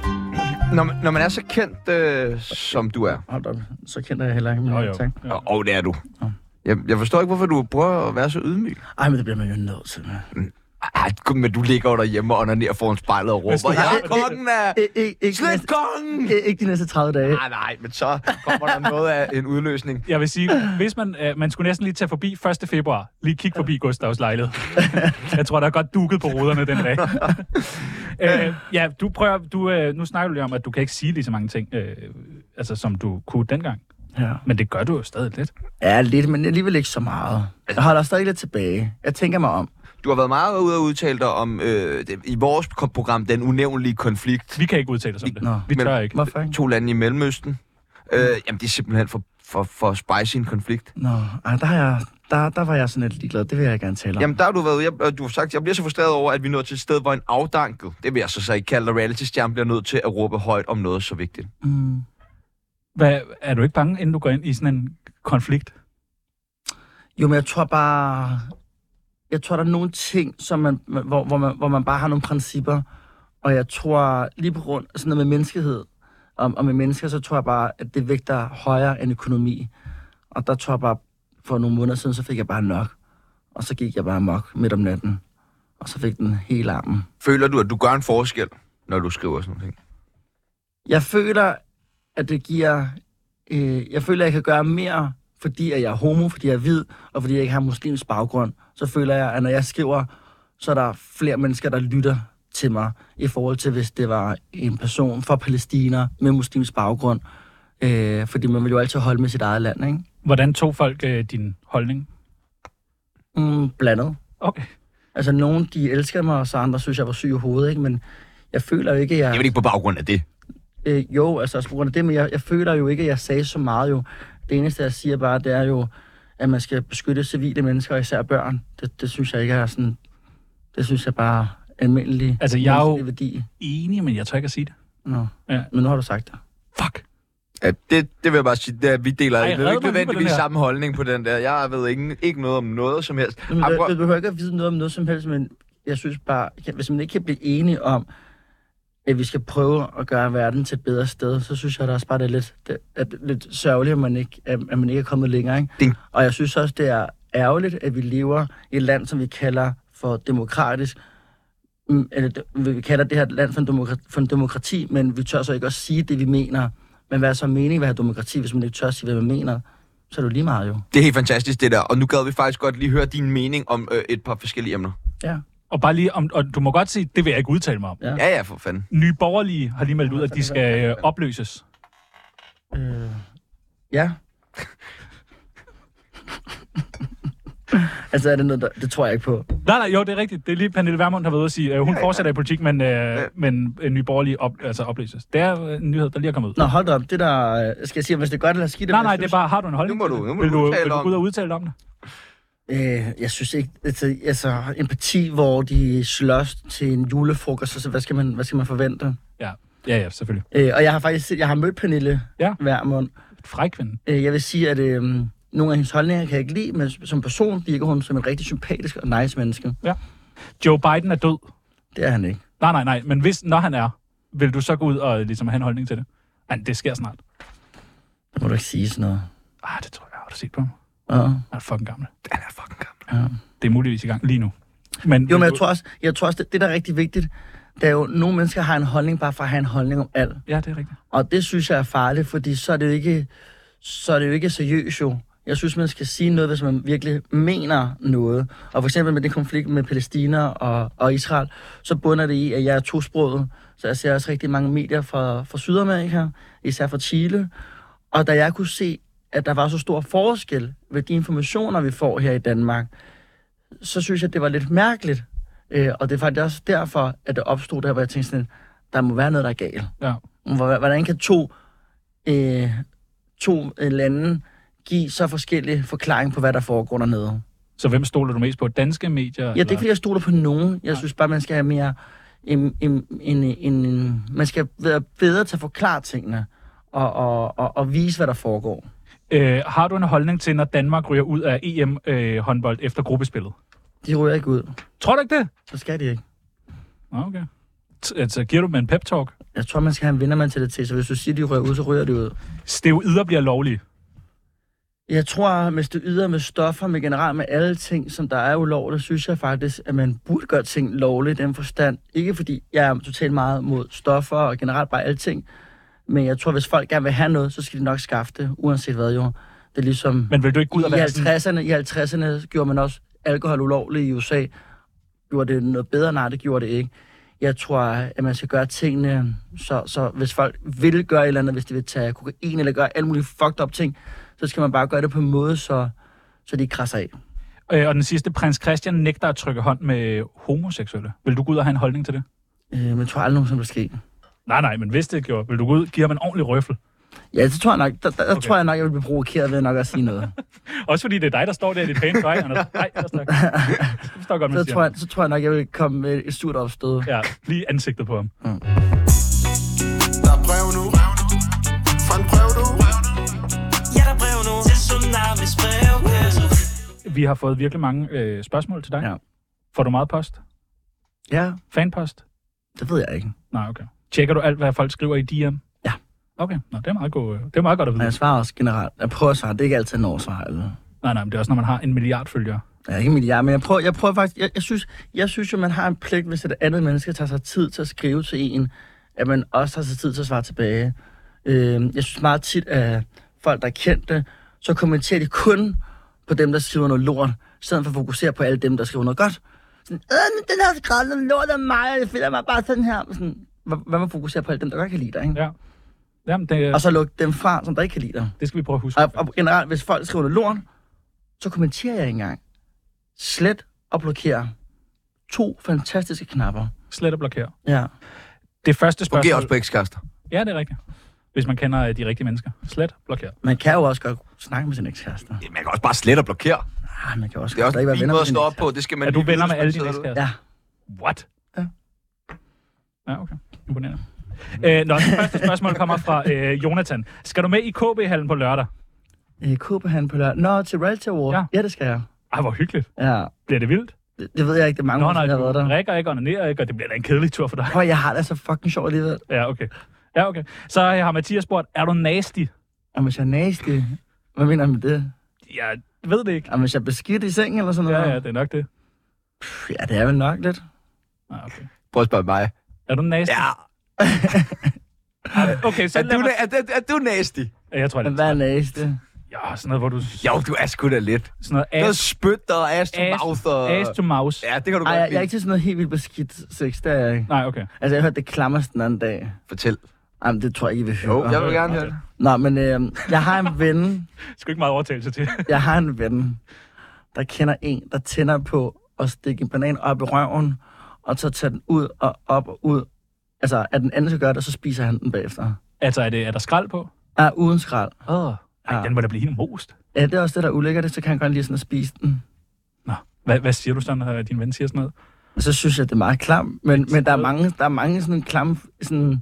Speaker 1: Når, man, når man er så kendt, øh, som du er,
Speaker 2: Hold op, så kender jeg heller ikke
Speaker 6: Jo,
Speaker 2: mere.
Speaker 6: jo.
Speaker 2: Tak.
Speaker 6: Ja.
Speaker 1: og, og det er du. Jeg, jeg forstår ikke, hvorfor du prøver at være så ydmyg.
Speaker 2: Ej, men det bliver man jo nødt til. Man.
Speaker 1: Ej, Ah, gud, men du ligger jo derhjemme og onanerer foran spejlet og
Speaker 6: Hvis du
Speaker 1: råber,
Speaker 6: har-
Speaker 1: jeg er kongen af...
Speaker 2: I, I, ikke, de
Speaker 1: Slet
Speaker 2: næste,
Speaker 1: kongen!
Speaker 2: I, ikke de næste 30 dage.
Speaker 1: Nej, nej, men så kommer der noget af en udløsning.
Speaker 6: Jeg vil sige, hvis man, øh, man skulle næsten lige tage forbi 1. februar, lige kigge forbi Gustavs lejlighed. jeg tror, der er godt duket på ruderne den dag. øh, ja, du prøver, du, øh, nu snakker du lige om, at du kan ikke sige lige så mange ting, øh, altså, som du kunne dengang.
Speaker 2: Ja.
Speaker 6: Men det gør du jo stadig lidt.
Speaker 2: ja, lidt, men alligevel ikke så meget. Jeg holder stadig lidt tilbage. Jeg tænker mig om.
Speaker 1: Du har været meget ude og udtale dig om, øh, det, i vores kom- program, den unævnlige konflikt,
Speaker 6: Vi kan ikke udtale os om det.
Speaker 2: Nå,
Speaker 6: Vi
Speaker 1: men-
Speaker 6: tør ikke.
Speaker 2: Hvorfor ikke?
Speaker 1: to lande i Mellemøsten. Øh, jamen, det er simpelthen for, for, for spicy en konflikt.
Speaker 2: Nå, ej, der, har jeg, der, der var jeg sådan lidt ligeglad. Det vil jeg gerne tale om.
Speaker 1: Jamen, der har du været jeg, og du har sagt, jeg bliver så frustreret over, at vi nåede til et sted, hvor en afdanket, det vil jeg så, så ikke kalde reality stjerne, bliver nødt til at råbe højt om noget så vigtigt.
Speaker 2: Mm.
Speaker 6: Hvad, er du ikke bange, inden du går ind i sådan en konflikt?
Speaker 2: Jo, men jeg tror bare... Jeg tror, der er nogle ting, som man, hvor, hvor, man, hvor man bare har nogle principper. Og jeg tror, lige på grund af sådan noget med menneskehed, og, og med mennesker, så tror jeg bare, at det vægter højere end økonomi. Og der tror jeg bare, for nogle måneder siden, så fik jeg bare nok. Og så gik jeg bare mok midt om natten. Og så fik den hele armen.
Speaker 1: Føler du, at du gør en forskel, når du skriver sådan noget?
Speaker 2: Jeg føler, at det giver... Øh, jeg føler, at jeg kan gøre mere, fordi at jeg er homo, fordi jeg er hvid, og fordi jeg ikke har muslimsk baggrund. Så føler jeg, at når jeg skriver, så er der flere mennesker, der lytter til mig, i forhold til, hvis det var en person fra Palæstina med muslimsk baggrund. Øh, fordi man vil jo altid holde med sit eget land, ikke?
Speaker 6: Hvordan tog folk øh, din holdning?
Speaker 2: Mm, blandet.
Speaker 6: Okay.
Speaker 2: Altså, nogen, de elsker mig, og så andre synes, jeg var syg i hovedet, ikke? Men jeg føler jo ikke, at jeg...
Speaker 1: Jeg vil ikke på baggrund af det.
Speaker 2: Øh, jo, altså også på grund af det, men jeg, jeg føler jo ikke, at jeg sagde så meget jo. Det eneste, jeg siger bare, det er jo, at man skal beskytte civile mennesker, især børn. Det, det synes jeg ikke er sådan... Det synes jeg bare almindelig
Speaker 6: Altså, jeg er jo-
Speaker 2: menneskelig værdi.
Speaker 6: Enig, men jeg tør ikke at sige det.
Speaker 2: Nå.
Speaker 6: Ja.
Speaker 2: Ja. Men nu har du sagt det.
Speaker 6: Fuck.
Speaker 1: Ja, det, det vil jeg bare sige, det er, at vi deler
Speaker 6: Ej,
Speaker 1: Ej,
Speaker 6: red mig
Speaker 1: ikke
Speaker 6: lige på den
Speaker 1: nødvendigvis
Speaker 6: her.
Speaker 1: samme holdning på den der. Jeg ved ikke, ikke noget om noget som helst.
Speaker 2: Men
Speaker 1: Ej,
Speaker 2: du,
Speaker 1: prøv-
Speaker 2: du behøver ikke at vide noget om noget som helst, men jeg synes bare, ja, hvis man ikke kan blive enige om, at vi skal prøve at gøre verden til et bedre sted, så synes jeg da også bare, det er lidt, det, at, det er lidt sørgeligt, at man, ikke, at, at man ikke er kommet længere. Ikke?
Speaker 1: Det-
Speaker 2: Og jeg synes også, det er ærgerligt, at vi lever i et land, som vi kalder for demokratisk, Mm, eller det- vi kalder det her land for en, demokrati, for en demokrati, men vi tør så ikke også sige det, vi mener. Men hvad er så meningen ved at have demokrati, hvis man ikke tør sige, hvad man mener? Så er det jo lige meget jo.
Speaker 1: Det er helt fantastisk, det der. Og nu gad vi faktisk godt lige høre din mening om øh, et par forskellige emner.
Speaker 2: Ja.
Speaker 6: Og bare lige om, og du må godt sige, det vil jeg ikke udtale mig om.
Speaker 2: Ja.
Speaker 1: Ja, ja, for fanden.
Speaker 6: Nye borgerlige har lige meldt ud, at de skal øh, opløses.
Speaker 2: Ja. altså, er det noget, der, det tror jeg ikke på.
Speaker 6: Nej, nej, jo, det er rigtigt. Det er lige Pernille Vermund, der har været ude at sige, øh, hun fortsætter i politik, men, øh, men øh, nye borgerlige op, altså, opløses. Det er øh, en nyhed, der lige er kommet ud.
Speaker 2: Nå, hold da op. Det der, øh, skal jeg sige, hvis det er godt eller skidt?
Speaker 6: Nej,
Speaker 2: men
Speaker 6: nej,
Speaker 2: jeg
Speaker 6: det er bare, har du en holdning?
Speaker 1: Nu må
Speaker 6: til
Speaker 1: du-
Speaker 6: det?
Speaker 1: nu må
Speaker 6: vil
Speaker 1: du
Speaker 6: du,
Speaker 1: udtale
Speaker 6: vil du
Speaker 1: om
Speaker 6: gå ud
Speaker 1: det.
Speaker 6: og udtale dig om det?
Speaker 2: Øh, jeg synes ikke, altså, altså, empati, hvor de slås til en julefrokost, altså, hvad skal man, hvad skal man forvente?
Speaker 6: Ja, ja, ja selvfølgelig.
Speaker 2: Øh, og jeg har faktisk set- jeg har mødt Pernille
Speaker 6: Ja.
Speaker 2: Vermund.
Speaker 6: Frækvinden.
Speaker 2: Øh, jeg vil sige, at øh, nogle af hendes holdninger kan jeg ikke lide, men som person virker hun som en rigtig sympatisk og nice menneske.
Speaker 6: Joe Biden er død.
Speaker 2: Det er han ikke.
Speaker 6: Nej, nej, nej, men hvis, når han er, vil du så gå ud og øh, ligesom have en holdning til det? Ej, det sker snart.
Speaker 2: Det må du ikke sige sådan noget.
Speaker 6: Ah, det tror jeg, har du set på ham?
Speaker 2: Uh.
Speaker 6: Han er fucking gammel.
Speaker 1: Den er fucking gammel.
Speaker 6: Det er muligvis i gang lige nu. Men,
Speaker 2: Jo, men jeg tror også, jeg tror også det, det, der er rigtig vigtigt, det er jo, nogle mennesker har en holdning bare for at have en holdning om alt.
Speaker 6: Ja, det er rigtigt.
Speaker 2: Og det synes jeg er farligt, fordi så er det jo ikke, så er det jo ikke seriøst jo. Jeg synes, man skal sige noget, hvis man virkelig mener noget. Og for eksempel med den konflikt med Palæstina og, og Israel, så bunder det i, at jeg er tosproget. Så jeg ser også rigtig mange medier fra, fra Sydamerika, især fra Chile. Og da jeg kunne se, at der var så stor forskel ved de informationer, vi får her i Danmark, så synes jeg, det var lidt mærkeligt. Øh, og det er faktisk også derfor, at det opstod der, hvor jeg tænkte sådan, der må være noget, der er galt.
Speaker 6: Ja.
Speaker 2: Hvor- Hvordan kan to, øh, to øh, lande give så forskellige forklaringer på, hvad der foregår dernede?
Speaker 6: Så hvem stoler du mest på? Danske medier?
Speaker 2: Ja, det er ikke, fordi jeg stoler på nogen. Jeg synes bare, man skal have mere... En, en, en, en, en, man skal være bedre til at forklare tingene og, og, og, og vise, hvad der foregår.
Speaker 6: Øh, har du en holdning til, når Danmark ryger ud af EM-håndbold øh, efter gruppespillet?
Speaker 2: De rører ikke ud.
Speaker 6: Tror du ikke det?
Speaker 2: Så skal de ikke.
Speaker 6: Nå, okay. T- altså, giver du dem en pep-talk?
Speaker 2: Jeg tror, man skal have en vindermentalitet, så hvis du siger, de rører ud, så rører de ud.
Speaker 6: Steroider bliver lovlige.
Speaker 2: Jeg tror, med det yder, med stoffer, med generelt med alle ting, som der er ulovligt, synes jeg faktisk, at man burde gøre ting lovligt i den forstand. Ikke fordi jeg er totalt meget mod stoffer og generelt bare alle ting, men jeg tror, hvis folk gerne vil have noget, så skal de nok skaffe det, uanset hvad jo. Det er ligesom...
Speaker 6: Men vil du ikke gå ud og
Speaker 2: I
Speaker 6: være sådan...
Speaker 2: 50'erne, I 50'erne gjorde man også alkohol ulovligt i USA. Gjorde det noget bedre? Nej, det gjorde det ikke. Jeg tror, at man skal gøre tingene, så, så hvis folk vil gøre et eller andet, hvis de vil tage kokain eller gøre alle mulige fucked up ting, så skal man bare gøre det på en måde, så, så de ikke krasser af.
Speaker 6: Øh, og den sidste, prins Christian nægter at trykke hånd med homoseksuelle. Vil du gå ud og have en holdning til det?
Speaker 2: Øh, men jeg tror aldrig nogensinde, det vil ske.
Speaker 6: Nej, nej, men hvis det gjorde, vil du gå ud og give ham en ordentlig røffel?
Speaker 2: Ja, det tror jeg nok. Der, der, der okay. tror jeg nok, jeg vil blive provokeret ved nok at sige noget.
Speaker 6: Også fordi det er dig, der står der i dit pæne tøj, Anders. Nej, ellers tak. Det forstår jeg godt, man
Speaker 2: Så
Speaker 6: siger.
Speaker 2: tror, jeg, så tror jeg nok, jeg vil komme med et surt opstød.
Speaker 6: Ja, lige ansigtet på ham.
Speaker 8: Der er brev nu. Fra en brev nu.
Speaker 3: Ja, der er brev nu til Tsunamis brevkasse.
Speaker 6: Vi har fået virkelig mange øh, spørgsmål til dig.
Speaker 2: Ja.
Speaker 6: Får du meget post?
Speaker 2: Ja,
Speaker 6: Fanpost?
Speaker 2: det ved jeg ikke.
Speaker 6: Nej, okay. Tjekker du alt, hvad folk skriver i DM?
Speaker 2: Ja.
Speaker 6: Okay, Nå, det, er meget god, øh, det er meget godt at
Speaker 2: Men
Speaker 6: vide.
Speaker 2: jeg svarer også generelt. Jeg prøver at svare. Det er ikke altid, når jeg svarer. Eller?
Speaker 6: Nej, nej, men det er også, når man har en milliard følgere.
Speaker 2: Ja, ikke mit hjerte, men jeg prøver, jeg prøver faktisk... Jeg, jeg, synes, jeg synes jo, man har en pligt, hvis et andet menneske tager sig tid til at skrive til en, at man også tager sig tid til at svare tilbage. Øh, jeg synes meget tit, at folk, der er kendte, så kommenterer de kun på dem, der skriver noget lort, i stedet for at fokusere på alle dem, der skriver noget godt. Sådan, øh, men den har skrevet noget lort om mig, og jeg føler mig bare sådan her. Sådan, hvad, hvad man fokuserer på alle dem, der godt kan lide dig, ikke?
Speaker 6: Ja. Jamen, det,
Speaker 2: Og så lukke dem fra, som der ikke kan lide dig.
Speaker 6: det skal vi prøve at huske.
Speaker 2: Og, og generelt, hvis folk skriver noget lort, så kommenterer jeg ikke engang. Slet og blokér. To fantastiske knapper.
Speaker 6: Slet og blokere.
Speaker 2: Ja.
Speaker 6: Det første spørgsmål...
Speaker 1: Fungerer også på ekskaster.
Speaker 6: Ja, det er rigtigt. Hvis man kender øh, de rigtige mennesker. Slet blokere.
Speaker 2: Man kan jo også godt snakke med sin ekskærester.
Speaker 1: Man kan også bare slette og blokere.
Speaker 2: Nej, man kan også,
Speaker 1: Det er også
Speaker 2: stadig
Speaker 1: en fin måde at stå op
Speaker 2: ekskærester.
Speaker 1: på. Det skal man
Speaker 6: Er du
Speaker 1: lige
Speaker 6: venner
Speaker 1: vide,
Speaker 6: med
Speaker 1: hvis man
Speaker 6: alle dine
Speaker 1: sidder derude.
Speaker 6: ekskærester?
Speaker 2: Ja.
Speaker 6: What?
Speaker 2: Ja.
Speaker 6: Ja, okay. Imponerende. Øh, nå, det første spørgsmål kommer fra øh, Jonathan. Skal du med i KB-hallen på lørdag?
Speaker 2: Øh, Copenhagen på lørdag. Nå, til Reality Award.
Speaker 6: Ja.
Speaker 2: Ja. ja, det skal jeg.
Speaker 6: Ej, hvor hyggeligt.
Speaker 2: Ja,
Speaker 6: Bliver det vildt?
Speaker 2: det, det ved jeg ikke. Det er mange,
Speaker 6: Nå,
Speaker 2: år
Speaker 6: nej,
Speaker 2: siden, jeg har været
Speaker 6: du
Speaker 2: der.
Speaker 6: rækker ikke, onanerer ikke, og det bliver da en kedelig tur for dig.
Speaker 2: Prøv, jeg har det så fucking sjovt alligevel.
Speaker 6: Ja, okay. Ja, okay. Så har Mathias spurgt, er du nasty?
Speaker 2: Jamen, hvis jeg er nasty. Hvad mener han med det?
Speaker 6: Jeg ved det ikke.
Speaker 2: Jamen, hvis jeg er beskidt i sengen eller sådan noget?
Speaker 6: Ja, ja, det er nok det.
Speaker 2: Pff, ja det er vel nok lidt.
Speaker 6: Ah, okay.
Speaker 1: Prøv at spørge mig.
Speaker 6: Er du nasty?
Speaker 1: Ja,
Speaker 6: Ah, Okay, så
Speaker 1: er
Speaker 6: lad
Speaker 1: du,
Speaker 6: mig...
Speaker 1: na- er, er, er du nasty?
Speaker 6: Ja, Jeg tror, det
Speaker 2: Men
Speaker 6: er
Speaker 2: hvad er nasty?
Speaker 6: ja, sådan noget, hvor du...
Speaker 1: Jo, du er sgu da lidt.
Speaker 6: Sådan noget
Speaker 1: Noget
Speaker 6: ass,
Speaker 1: spyt og ass to
Speaker 6: ass,
Speaker 1: mouth og...
Speaker 6: ass to mouse.
Speaker 1: Ja, det kan du
Speaker 2: Ej,
Speaker 1: godt
Speaker 2: jeg, jeg er
Speaker 1: lide.
Speaker 2: ikke til sådan noget helt vildt beskidt sex, der er jeg ikke.
Speaker 6: Nej, okay.
Speaker 2: Altså, jeg hørte det klammers den anden dag.
Speaker 1: Fortæl.
Speaker 2: Jamen, det tror jeg ikke, I vil høre.
Speaker 1: Jo, jeg vil gerne høre det.
Speaker 2: Nå, men øh, jeg har en ven,
Speaker 6: Skal ikke meget overtagelse til.
Speaker 2: jeg har en ven, der kender en, der tænder på at stikke en banan op i røven, og så tage den ud og op og ud. Altså, at den anden skal gøre det, og så spiser han den bagefter.
Speaker 6: altså, er, det, er der skrald på?
Speaker 2: Ja, uden skrald.
Speaker 6: Åh. Ej,
Speaker 2: Ja.
Speaker 6: den må da blive helt most.
Speaker 2: Ja, det er også det, der er ulækkert, så kan han godt lige sådan at spise den.
Speaker 6: Nå, hvad, hvad siger du så, når din ven siger sådan noget?
Speaker 2: Og så synes jeg, det er meget klamt, men, men der, er mange, der er mange sådan klamme sådan,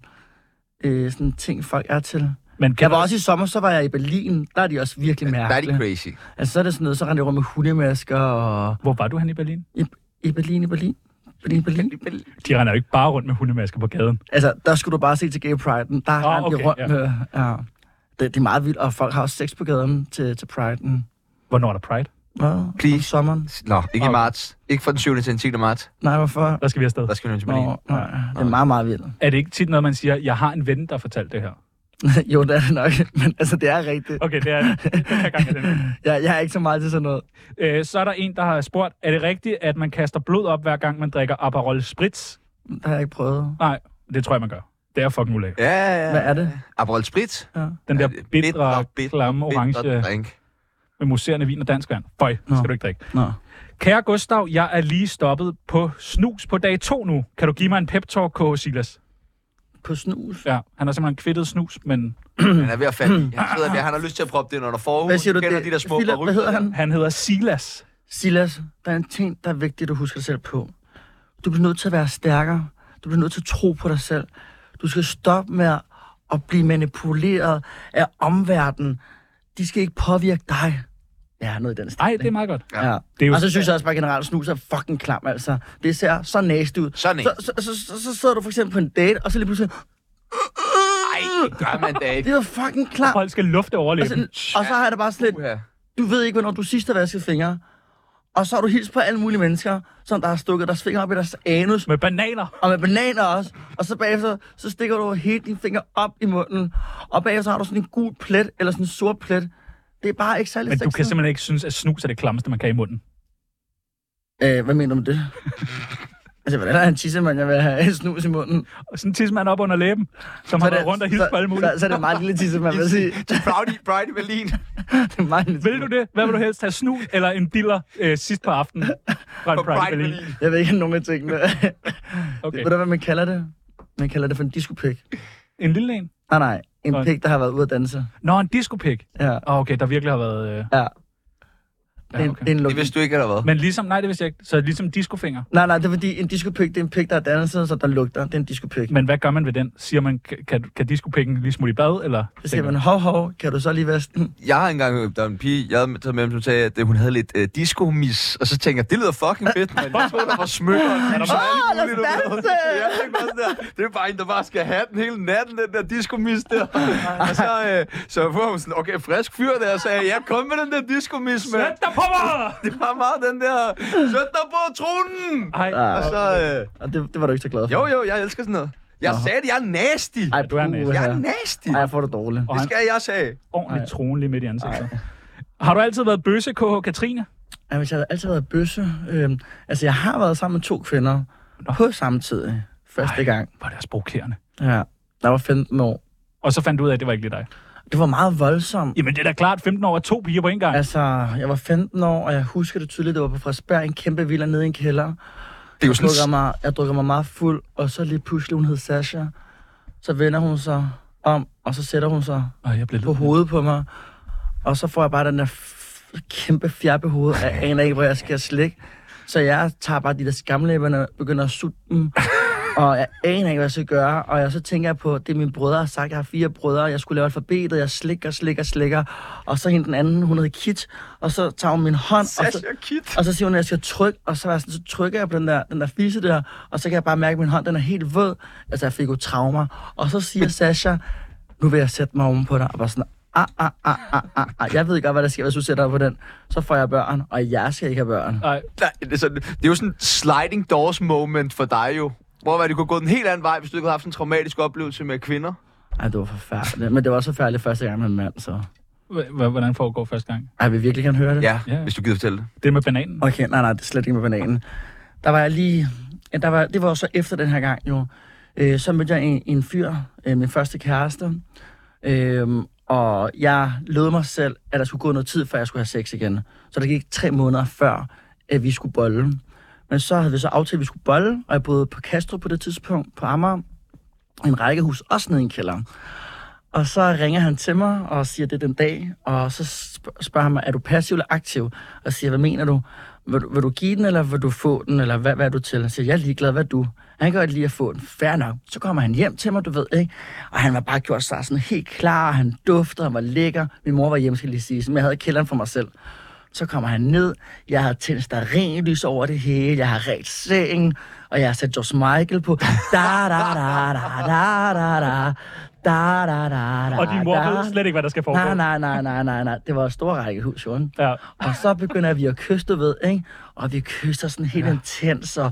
Speaker 2: øh, sådan ting, folk er til.
Speaker 6: Men kan
Speaker 2: Jeg var også i sommer, så var jeg i Berlin. Der er de også virkelig
Speaker 1: Der er de
Speaker 2: mærkelige.
Speaker 1: crazy.
Speaker 2: Altså, så er det sådan noget, så render de rundt med hundemasker og...
Speaker 6: Hvor var du hen i Berlin?
Speaker 2: I, i Berlin, i Berlin. Berlin, Berlin.
Speaker 6: De render jo ikke bare rundt med hundemasker på gaden.
Speaker 2: Altså, der skulle du bare se til Gay Pride'en.
Speaker 1: Ah,
Speaker 2: Der
Speaker 6: Åh,
Speaker 2: rendte
Speaker 6: okay,
Speaker 2: de rundt
Speaker 6: ja.
Speaker 2: med... Ja. Det, det, er meget vildt, og folk har også sex på gaden til, til Pride'en.
Speaker 6: Hvornår er der Pride?
Speaker 2: Hvad? Om
Speaker 1: Please.
Speaker 2: sommeren?
Speaker 1: Nå, ikke i
Speaker 6: Okay.
Speaker 1: marts. Ikke fra den 7. til den 10. marts.
Speaker 2: Nej, hvorfor?
Speaker 6: Der skal vi afsted.
Speaker 1: Der skal vi nødt til Berlin.
Speaker 2: Nå, nej, det er meget, meget vildt.
Speaker 6: Er det ikke tit noget, man siger, jeg har en ven, der fortalte det her?
Speaker 2: jo, det er det nok, men altså, det er rigtigt.
Speaker 6: Okay, det er det. her gang er det.
Speaker 2: Jeg, jeg er ikke så meget til sådan noget.
Speaker 6: Øh, så er der en, der har spurgt, er det rigtigt, at man kaster blod op, hver gang man drikker Aperol Spritz?
Speaker 2: Det har jeg ikke prøvet.
Speaker 6: Nej, det tror jeg, man gør. Det er fucking ulækkert.
Speaker 1: Ja, ja, ja.
Speaker 2: Hvad er det?
Speaker 1: Aperol Spritz.
Speaker 6: Den der
Speaker 1: Ja, det er
Speaker 6: bitre, klamme,
Speaker 1: bitre
Speaker 6: orange
Speaker 1: drink.
Speaker 6: med muserende vin og dansk vand. Føj,
Speaker 2: Nå.
Speaker 6: skal du ikke drikke.
Speaker 2: Nå.
Speaker 6: Kære Gustav, jeg er lige stoppet på snus på dag to nu. Kan du give mig en pep-talk, K. Silas?
Speaker 2: På snus?
Speaker 6: Ja, han har simpelthen kvittet snus, men
Speaker 1: Han er ved at fatte. i. Han sidder der, han har lyst til at proppe det ind under forhuden.
Speaker 2: Hvad siger du?
Speaker 1: Kender
Speaker 2: det-
Speaker 1: de der små
Speaker 2: Philip,
Speaker 1: baryler
Speaker 2: Hvad hedder
Speaker 1: der?
Speaker 2: han?
Speaker 6: han hedder Silas.
Speaker 2: Silas, der er en ting, der er vigtigt, du husker dig selv på. Du bliver nødt til at være stærkere. Du bliver nødt til at tro på dig selv. Du skal stoppe med at- at blive manipuleret af omverdenen. De skal ikke påvirke dig. Ja, noget i den stil.
Speaker 6: Nej, det er
Speaker 2: ikke?
Speaker 6: meget godt.
Speaker 2: Ja.
Speaker 6: Det er jo-
Speaker 2: Og så synes jeg også bare generelt, at snus er fucking klam, altså. Det ser så næste ud.
Speaker 1: Så nasty.
Speaker 2: Så, så, så, så, så, sidder du for eksempel på en date, og så lige pludselig,
Speaker 1: Ej, det gør man da ikke.
Speaker 2: det var fucking klam.
Speaker 6: Folk skal lufte
Speaker 2: Og
Speaker 6: overleve.
Speaker 2: så, og så har jeg det bare sådan lidt,
Speaker 1: Uha.
Speaker 2: du ved ikke, hvornår du sidst har vasket fingre. Og så har du hilst på alle mulige mennesker, som der har stukket deres fingre op i deres anus,
Speaker 6: Med bananer.
Speaker 2: og med bananer også. Og så bagefter, så stikker du hele dine fingre op i munden, og bagefter har du sådan en gul plet, eller sådan en sort plet. Det er bare ikke særlig
Speaker 6: Men du kan
Speaker 2: sexet.
Speaker 6: simpelthen ikke synes, at snus er det klammeste, man kan i munden.
Speaker 2: Øh, hvad mener du med det? altså, hvordan er en tissemand, jeg vil have en snus i munden?
Speaker 6: Og sådan en tidsmand op under læben, som har
Speaker 2: er
Speaker 6: været rundt og hilst på
Speaker 2: så,
Speaker 6: alle
Speaker 2: så,
Speaker 6: mulige.
Speaker 2: så, er det en meget lille tissemand, vil jeg sige.
Speaker 1: Til Brownie, Brownie Berlin.
Speaker 2: Det er en meget lille
Speaker 6: Vil du det? Hvad vil du helst have? Snus eller en diller øh, sidst på aftenen? Fra en
Speaker 1: På
Speaker 6: Pride Berlin.
Speaker 2: Jeg ved ikke, nogen af tingene. okay.
Speaker 6: Okay.
Speaker 2: Ved du, hvad man kalder det? Man kalder det for en discopik.
Speaker 6: En lille en?
Speaker 2: Nej, nej. En
Speaker 6: Nå, en-
Speaker 2: pik, der har været ude at danse.
Speaker 6: Nå, en discopik.
Speaker 2: Ja.
Speaker 6: Åh, okay, der virkelig har været... Øh...
Speaker 2: Ja. Det
Speaker 6: Ja,
Speaker 2: er, en, det er
Speaker 6: okay.
Speaker 2: en
Speaker 1: Det
Speaker 2: lukning.
Speaker 1: vidste du ikke, eller hvad?
Speaker 6: Men ligesom... Nej, det vidste jeg ikke. Så ligesom discofinger.
Speaker 2: Nej, nej, det er fordi, en discopik, det er en pik, der er danset, så der lugter. Det er en discopik.
Speaker 6: Men hvad gør man ved den? Siger man, kan, kan- kan discopikken lige smutte i bad, eller?
Speaker 2: Så siger man, hov, hov, kan du så lige vaske den?
Speaker 1: Jeg har engang, der var en pige, jeg havde taget med dem, som sagde, at øh, hun havde lidt øh, disco-mis, og så tænker jeg, det lyder fucking fedt, men jeg troede, der var smykker. Er der
Speaker 2: Åh, lad os danse!
Speaker 1: Ja, jeg tænkte også der, det er bare en, der bare skal have den hele natten, den der disco-mis der. Og så, øh, så var hun sådan, okay, frisk fyr der, og sagde, ja, kom med den der disco-mis, mand.
Speaker 6: Sæt dig på mig!
Speaker 1: Det var meget den der, sæt dig på tronen!
Speaker 6: Ej,
Speaker 2: Ah,
Speaker 1: Og så, øh,
Speaker 2: Og det, det var du ikke så glad for.
Speaker 1: jo jo, jeg elsker sådan noget. Jeg sagde det, jeg er nasty.
Speaker 2: Ej,
Speaker 6: du
Speaker 2: puha.
Speaker 6: er næsen.
Speaker 1: Jeg er nasty.
Speaker 2: Ej, jeg får det dårligt.
Speaker 6: Og
Speaker 1: Det
Speaker 6: han
Speaker 1: skal jeg sagde.
Speaker 6: ordentligt troen lige midt i ansigtet. Har du altid været bøsse, KH Katrine?
Speaker 2: Ja, hvis jeg havde altid været bøsse. Øhm, altså, jeg har været sammen med to kvinder Nå. på samtidig. Første
Speaker 6: Ej.
Speaker 2: gang.
Speaker 6: Var det også provokerende.
Speaker 2: Ja. Der var 15 år.
Speaker 6: Og så fandt du ud af, at det var ikke lige dig.
Speaker 2: Det var meget voldsomt.
Speaker 6: Jamen, det er da klart, 15 år og to piger på en gang.
Speaker 2: Altså, jeg var 15 år, og jeg husker det tydeligt. Det var på Frederiksberg, en kæmpe villa nede i en kælder.
Speaker 1: Det er jo
Speaker 2: Jeg drukker,
Speaker 1: sådan,
Speaker 2: mig, jeg drukker mig meget fuld, og så lige pludselig, hun hed Sasha, så vender hun sig om, og så sætter hun sig
Speaker 6: Og jeg blev
Speaker 2: på
Speaker 6: lidt...
Speaker 2: hovedet på mig, og så får jeg bare den der f- kæmpe fjerpe hoved, og jeg aner ikke, hvor jeg skal slikke. Så jeg tager bare de der skamlæberne, begynder at sutte dem, Og jeg aner ikke, hvad jeg skal gøre. Og jeg så tænker jeg på, det mine brødre har sagt. Jeg har fire brødre, jeg skulle lave alfabetet. Jeg slikker, slikker, slikker. Og så hende den anden, hun hedder Kit. Og så tager hun min hånd. og så,
Speaker 1: Sasha Kit.
Speaker 2: og så siger hun, at jeg skal trykke, og så, var jeg sådan, så trykker jeg på den der, den der fisse der, og så kan jeg bare mærke, at min hånd den er helt våd. Altså, jeg fik jo traumer. Og så siger Sasha, nu vil jeg sætte mig oven på dig, og bare sådan, ah, ah, ah, ah, ah, ah. Jeg ved godt, hvad der sker, hvis du sætter dig på den. Så får jeg børn, og jeg skal ikke have børn.
Speaker 6: Nej.
Speaker 1: Nej, det, er sådan, det er jo sådan sliding doors moment for dig jo. Hvor var det kunne gå den helt anden vej, hvis du ikke havde haft en traumatisk oplevelse med kvinder?
Speaker 2: Ej, det var forfærdeligt. Men det var også forfærdeligt første gang med en mand, så...
Speaker 6: H- h- Hvordan foregår første gang?
Speaker 2: Ej, vil I virkelig gerne høre det?
Speaker 1: Ja,
Speaker 6: Ja.
Speaker 1: hvis du gider fortælle det.
Speaker 6: Det med bananen.
Speaker 2: Okay, nej, nej, det er slet ikke med bananen. Der var jeg lige... Ja, der var, det var jo så efter den her gang jo. Øh, så mødte jeg en, en fyr, øh, min første kæreste. Øh, og jeg lød mig selv, at der skulle gå noget tid, før jeg skulle have sex igen. Så der gik tre måneder før, at vi skulle bolle. Men så havde vi så aftalt, at vi skulle bolle, og jeg boede på Castro på det tidspunkt, på Amager. En rækkehus, også nede i en kælder. Og så ringer han til mig og siger, det er den dag. Og så sp- spørger han mig, er du passiv eller aktiv? Og siger, hvad mener du? Vil, du- vil du give den, eller vil du få den? Eller hvad, hvad er du til? Han siger, jeg er ligeglad, hvad er du? Han kan godt lide at få den. Fair nok. Så kommer han hjem til mig, du ved, ikke? Og han var bare gjort sig sådan helt klar. og Han duftede, han var lækker. Min mor var hjemme, skal jeg lige sige. Så jeg havde kælderen for mig selv. Så kommer han ned. Jeg har tændt stearinlys over det hele. Jeg har ret sengen. Og jeg har sat George Michael på. Da, da, da, da, da, da, da. Da, da, da, da,
Speaker 6: Og din mor
Speaker 2: da.
Speaker 6: ved slet ikke, hvad der skal foregå.
Speaker 2: Nej, nej, nej, nej, nej, nej. Det var et stort rækkehus, jo. ikke?
Speaker 6: Ja.
Speaker 2: Og så begynder vi at kysse, du ved, ikke? Og vi kysser sådan helt ja. intens, og,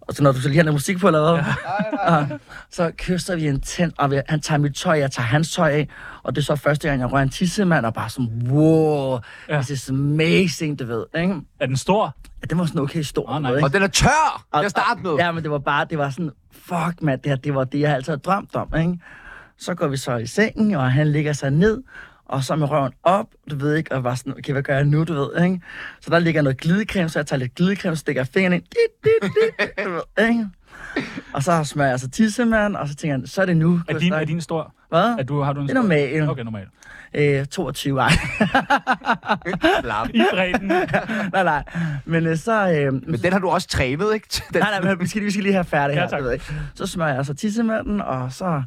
Speaker 2: og så når du så lige har noget musik på, eller hvad? Ja. Og, så kysser vi intens, og vi, han tager mit tøj, jeg tager hans tøj af, og det er så første gang, jeg rører en tissemand, og bare sådan, wow, ja. this is amazing, du ved, ikke?
Speaker 6: Er den stor?
Speaker 2: Ja, det var sådan okay stor,
Speaker 6: Åh,
Speaker 2: du
Speaker 6: nej.
Speaker 2: ved, ikke?
Speaker 1: Og den er tør!
Speaker 2: Og-
Speaker 1: Jeg starter med.
Speaker 2: og- Ja, men det var bare, det var sådan, fuck mand, det, her, det var det, jeg altid havde drømt om, ikke? Så går vi så i sengen, og han ligger sig ned, og så med røven op, du ved ikke, og var sådan, okay, hvad gør jeg nu, du ved, ikke? Så der ligger noget glidecreme, så jeg tager lidt glidecreme, stikker fingrene ind, dit, dit, dit, du ved, ikke? Og så smører jeg så tissemand, og så tænker jeg, så er det nu.
Speaker 6: Er din, er din stor?
Speaker 2: Hvad?
Speaker 6: Er du, har du en
Speaker 2: Det er normal.
Speaker 6: Okay, normal.
Speaker 2: Øh, 22, ej.
Speaker 1: Lap.
Speaker 6: I bredden.
Speaker 2: nej, nej. Men øh, så... Øh,
Speaker 1: Men den har du også trænet, ikke? Den,
Speaker 2: Nej, nej, men vi skal, vi skal lige have færdig
Speaker 6: Ja,
Speaker 2: her.
Speaker 6: tak.
Speaker 2: du ved ikke. Så smører jeg så tissemanden, og så...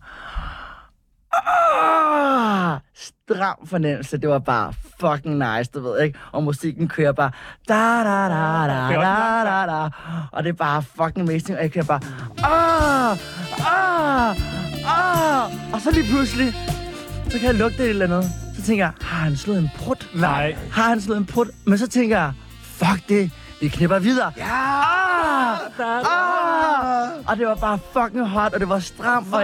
Speaker 2: Ah, stram fornemmelse. Det var bare fucking nice, du ved ikke. Og musikken kører bare... Da, da, da,
Speaker 6: Det er
Speaker 2: da,
Speaker 6: også
Speaker 2: da, da, da. Og det er bare fucking amazing. Og jeg kører bare... Ah, ah, ah. Og så lige pludselig, så kan jeg lugte et eller andet. Så tænker jeg, har han slået en prut?
Speaker 6: Nej.
Speaker 2: Har han slået en prut? Men så tænker jeg, fuck det, vi knipper videre. Ja! Ah, ah, og det var bare fucking hot, og det var stramt. Og,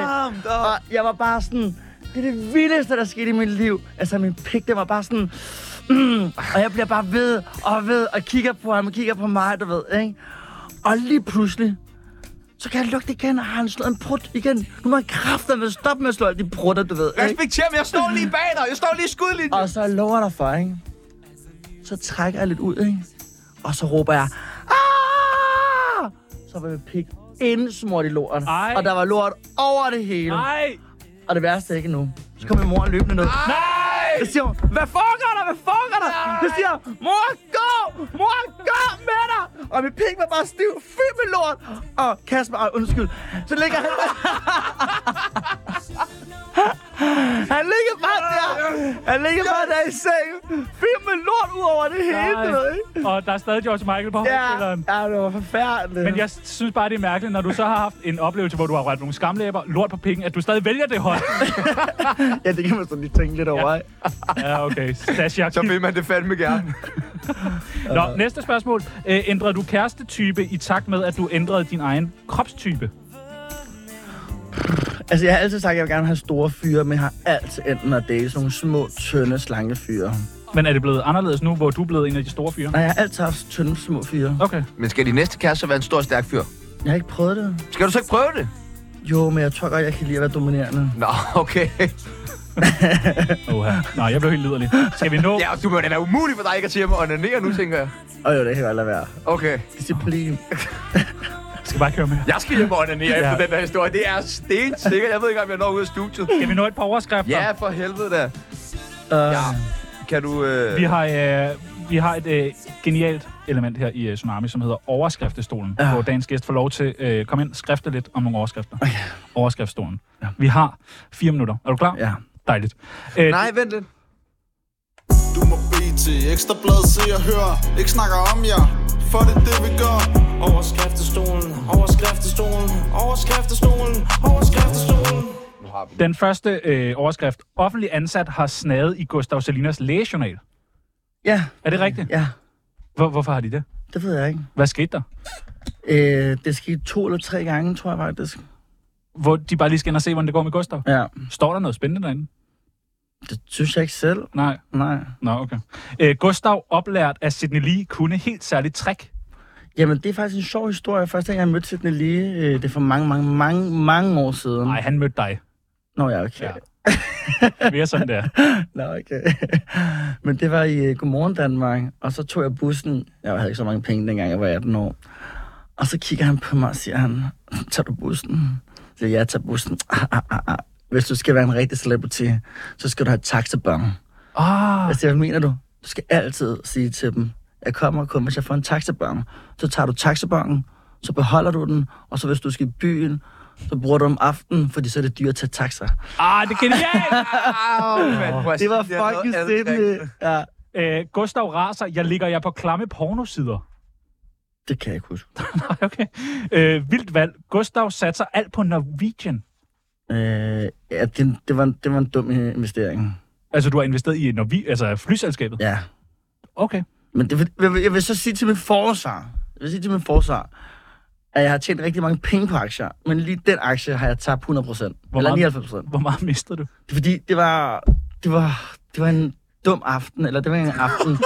Speaker 2: og jeg var bare sådan, det er det vildeste, der skete i mit liv. Altså, min pik, det var bare sådan... Mm, og jeg bliver bare ved og ved og kigger på ham og kigger på mig, du ved, ikke? Og lige pludselig, så kan jeg lugte igen, og har han slået en prut igen. Nu må han kraftedeme stoppe med at slå alle de prutter, du ved, ikke?
Speaker 1: Respekter mig, jeg står lige bag dig. Jeg står lige i skudlinjen.
Speaker 2: Og så lover der for, ikke? Så trækker jeg lidt ud, ikke? Og så råber jeg, Aah! Så var jeg pik indsmurt i lorten.
Speaker 6: Ej.
Speaker 2: Og der var lort over det hele.
Speaker 6: Nej.
Speaker 2: Og det værste er ikke nu. Så kom min mor løbende ned.
Speaker 6: Nej.
Speaker 2: Så siger hun, hvad foregår der? Hvad foregår der? Så siger jeg, mor, gå! Mor, gå med dig! Og min pik var bare stiv, fyldt med lort. Og Kasper, ej, undskyld. Så ligger han... han ligger bare der. Han ligger bare der i sengen. Fyldt med lort ud over det hele. du ved, ikke?
Speaker 6: Og der er stadig George Michael på
Speaker 2: Ja,
Speaker 6: højkælderen.
Speaker 2: ja, det var forfærdeligt.
Speaker 6: Men jeg synes bare, det er mærkeligt, når du så har haft en oplevelse, hvor du har rørt nogle skamlæber, lort på pikken, at du stadig vælger det hold.
Speaker 2: Ja, det kan man så lige tænke lidt over. Ja.
Speaker 6: Ja, okay. Stasha.
Speaker 1: Så vil man det fandme gerne.
Speaker 6: Nå, næste spørgsmål. Æ, ændrede du kærestetype i takt med, at du ændrede din egen kropstype?
Speaker 2: Altså, jeg har altid sagt, at jeg vil gerne have store fyre, men jeg har altid enten at date sådan nogle små, tynde, slanke fyre.
Speaker 6: Men er det blevet anderledes nu, hvor du er blevet en af de store fyre?
Speaker 2: Nej, jeg har altid haft tynde, små fyre.
Speaker 6: Okay.
Speaker 1: Men skal din næste kæreste så være en stor, stærk fyr?
Speaker 2: Jeg har ikke prøvet det.
Speaker 1: Skal du så ikke prøve det?
Speaker 2: Jo, men jeg tror godt, jeg kan lide at være dominerende.
Speaker 1: Nå, okay.
Speaker 6: Oha. Nej, jeg blev helt liderlig. Skal vi nå?
Speaker 1: Ja, og du må da være umulig for dig ikke at sige mig onanere nu, tænker jeg.
Speaker 2: Og jo, det kan jeg godt lade være.
Speaker 1: Okay.
Speaker 2: Disciplin.
Speaker 6: Jeg skal bare køre med.
Speaker 1: Jeg skal hjem og onanere
Speaker 6: Ja.
Speaker 1: efter den der historie. Det er stensikkert. Jeg ved ikke, om jeg når ud af studiet.
Speaker 6: Skal vi nå et par overskrifter?
Speaker 1: Ja, for helvede da.
Speaker 2: Uh,
Speaker 1: Ja. Kan du... Øh...
Speaker 6: Vi har øh, vi har et øh, genialt element her i øh, Tsunami, som hedder overskriftestolen,
Speaker 2: Ja.
Speaker 6: ja. hvor dagens gæst får lov til at øh, komme ind og skrifte lidt om nogle overskrifter. Okay. Overskriftestolen. Ja. Vi har fire minutter. Er du klar?
Speaker 2: Ja.
Speaker 6: Dejligt. Øh,
Speaker 1: Nej, vent lidt.
Speaker 8: Du må bede til ekstrablad, se og hør Ikke snakker om jer, for det er det vi gør
Speaker 3: Overskriftestolen, overskriftestolen, overskriftestolen, overskriftestolen.
Speaker 6: Den første øh, overskrift. Offentlig ansat har snaget i Gustav Salinas lægejournal.
Speaker 2: Ja,
Speaker 6: Er det rigtigt?
Speaker 2: ja.
Speaker 6: Hvor, hvorfor har de det?
Speaker 2: Det ved jeg ikke.
Speaker 6: Hvad skete der?
Speaker 2: Øh, det skete to eller tre gange, tror jeg faktisk.
Speaker 6: Hvor de bare lige skal ind og se, hvordan det går med Gustav.
Speaker 2: Ja.
Speaker 6: Står der noget spændende derinde?
Speaker 2: Det synes jeg ikke selv.
Speaker 6: Nej.
Speaker 2: Nej.
Speaker 6: Nå, okay. Æ, Gustav, oplært af Sidney Lee, kunne helt særligt trick.
Speaker 2: Jamen, det er faktisk en sjov historie. Første gang, jeg mødte Sidney Lee, øh, det er for mange, mange, mange, mange år siden.
Speaker 6: Nej, han mødte dig.
Speaker 2: Nå, ja, okay.
Speaker 6: Ja.
Speaker 2: Ja.
Speaker 6: Mere sådan der.
Speaker 2: Nå, okay. Men det var i uh, Godmorgen Danmark, og så tog jeg bussen. Jeg havde ikke så mange penge, dengang jeg var 18 år. Og så kigger han på mig og siger han, tager du bussen? Så siger jeg, jeg tager bussen. Ah, ah, ah, ah. Hvis du skal være en rigtig celebrity, så skal du have taxabon.
Speaker 6: Ah,
Speaker 2: Jeg siger, hvad mener du? Du skal altid sige til dem, jeg kommer kun, hvis jeg får en taxabon. Så tager du taxabonen, så beholder du den, og så hvis du skal i byen, så bruger du om aftenen, fordi så er det dyrt at tage taxa.
Speaker 6: ah det er genialt!
Speaker 2: Det var fucking sindssygt. Ja,
Speaker 6: Æ, Øh, Gustav raser, jeg ligger jeg på klamme pornosider.
Speaker 2: det kan jeg ikke huske.
Speaker 6: Nej, okay. Æ, Øh, vildt valg. Gustav satser alt på Norwegian.
Speaker 2: Øh, ja, det, det, var en, det var en dum investering.
Speaker 6: Altså, du har investeret i Norvi, altså flyselskabet?
Speaker 2: Ja.
Speaker 6: Okay.
Speaker 2: Men det, vil- jeg, vil, jeg vil så sige til min forsvar, jeg vil sige til min forsvar, at jeg har tjent rigtig mange penge på aktier, men lige den aktie har jeg tabt 100 procent.
Speaker 6: Hvor
Speaker 2: Eller
Speaker 6: meget?
Speaker 2: 99 procent.
Speaker 6: Hvor meget mistede du?
Speaker 2: Det er fordi, det var, det var, det var en dum aften, eller det var en aften.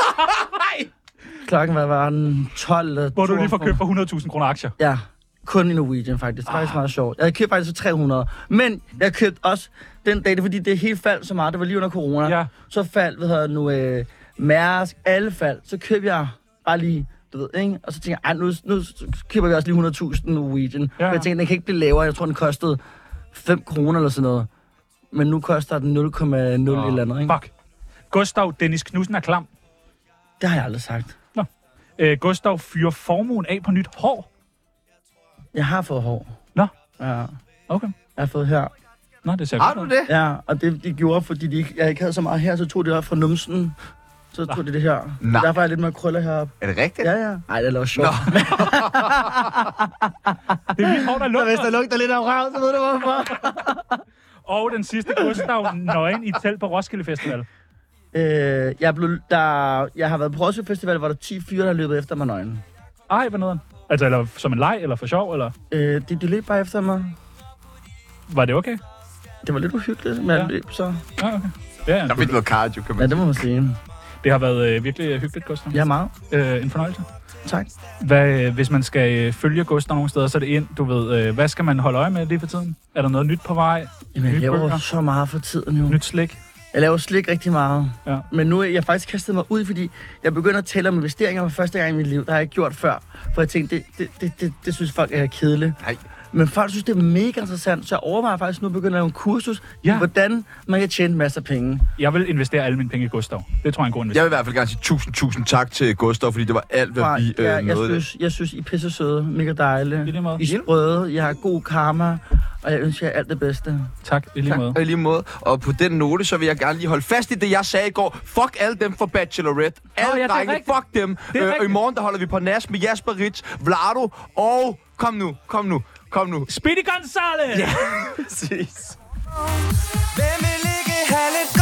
Speaker 2: Klokken var, var den 12 eller
Speaker 6: Hvor du lige får
Speaker 2: 42.
Speaker 6: købt Ah. for 100.000 kroner aktier.
Speaker 2: Ja, kun i Norwegian faktisk. Det er faktisk meget sjovt. Jeg købte faktisk for 300, men jeg købte også den dag, det er fordi det helt faldt så meget. Det var lige under corona.
Speaker 6: Ja.
Speaker 2: Så faldt, hvad hedder det nu, øh, Mærsk, alle faldt. Så købte jeg bare lige, du ved, ikke? Og så tænkte jeg, "Ej, nu, nu køber vi også lige 100.000 Norwegian.
Speaker 6: Ja.
Speaker 2: Ja. Jeg tænkte, den kan ikke blive lavere. Jeg tror, den kostede 5 kroner eller sådan noget. Men nu koster den 0,0 et eller andet, ikke?
Speaker 6: Fuck. Gustav Dennis Knudsen er klam.
Speaker 2: Det har jeg aldrig sagt.
Speaker 6: Øh, Gustav fyrer formuen af på nyt hår.
Speaker 2: Jeg har fået hår.
Speaker 6: Nå.
Speaker 2: Ja,
Speaker 6: Okay.
Speaker 2: jeg har fået her.
Speaker 6: Nå, det ser
Speaker 1: Har
Speaker 6: godt
Speaker 1: du
Speaker 6: ud.
Speaker 1: det?
Speaker 2: Ja, og det de gjorde, fordi de ikke, jeg ikke havde så meget her, så tog de op fra numsen. Så tog de det her.
Speaker 1: Nej.
Speaker 2: Derfor er jeg lidt mere krøller heroppe.
Speaker 1: Er det rigtigt?
Speaker 2: Ja, ja. Nej, det er sjovt. Nå.
Speaker 6: Det er mit hår, der
Speaker 2: Hvis
Speaker 6: lugter.
Speaker 2: der lugter lidt af røv, så ved du hvorfor.
Speaker 6: Og den sidste Gustav nøgen i telt på Roskilde Festival.
Speaker 2: øh, jeg, blev, der, jeg har været på Roskilde Festival, hvor der er 10 fyre, der løbet efter mig nøgen.
Speaker 6: Ej, hvad noget? Altså, eller som en leg, eller for sjov, eller...
Speaker 2: Øh, de, de løb bare efter mig.
Speaker 6: Var det okay?
Speaker 2: Det var lidt uhyggeligt, men jeg
Speaker 6: Ja.
Speaker 2: løb så.
Speaker 6: Ja, okay. Ja, ja.
Speaker 1: Der er lidt noget cardio, kan man
Speaker 2: Ja, det må man sige.
Speaker 6: Det har været øh, virkelig hyggeligt, Gustav.
Speaker 2: Jeg er meget.
Speaker 6: Øh, en fornøjelse.
Speaker 2: Tak.
Speaker 6: Hvad, øh, hvis man skal øh, følge Gustav nogle steder, så er det ind, du ved, øh, hvad skal man holde øje med lige for tiden? Er der noget nyt på vej?
Speaker 2: Jamen, jeg
Speaker 6: Nye
Speaker 2: laver
Speaker 6: bøger?
Speaker 2: så meget for tiden jo.
Speaker 6: Nyt slik?
Speaker 2: Jeg laver slik rigtig meget.
Speaker 6: Ja.
Speaker 2: Men nu er jeg faktisk kastet mig ud, fordi jeg begynder at tælle om investeringer for første gang i mit liv. Det har jeg ikke gjort før. For jeg tænkte, det, det, det, det, det synes folk er kedeligt.
Speaker 1: Nej.
Speaker 2: Men folk synes, det er mega interessant, så jeg overvejer faktisk nu at begynde at lave en kursus,
Speaker 6: Ja.
Speaker 2: ja. hvordan man kan tjene masser af penge.
Speaker 6: Jeg vil investere alle mine penge i Gustav. Det tror jeg er en god
Speaker 1: Jeg
Speaker 6: investering.
Speaker 1: vil i hvert fald gerne sige tusind, tusind tak til Gustav, fordi det var alt, hvad
Speaker 2: Fra,
Speaker 1: vi øh,
Speaker 2: jeg, jeg,
Speaker 1: nåede. i dag.
Speaker 2: synes, jeg synes, I er pisse søde, mega dejlige.
Speaker 6: I lige måde.
Speaker 2: I er sprøde, jeg har god karma, og jeg ønsker jer alt det bedste.
Speaker 6: Tak, i lige måde.
Speaker 1: Og i Øh, lige måde. Og på den note, så vil jeg gerne lige holde fast i det, jeg sagde i går. Fuck alle dem fra Bachelorette. Alle
Speaker 6: ja, det er
Speaker 1: drengene,
Speaker 6: rigtigt.
Speaker 1: fuck dem.
Speaker 6: Det er
Speaker 1: Øh, og i
Speaker 6: rigtigt.
Speaker 1: morgen, der holder vi på Nas med Jasper Ritz, Vlado og... Kom nu, kom nu, kom nu.
Speaker 6: Speedy Gonzales!
Speaker 1: Præcis.
Speaker 3: Hvem vil ikke have lidt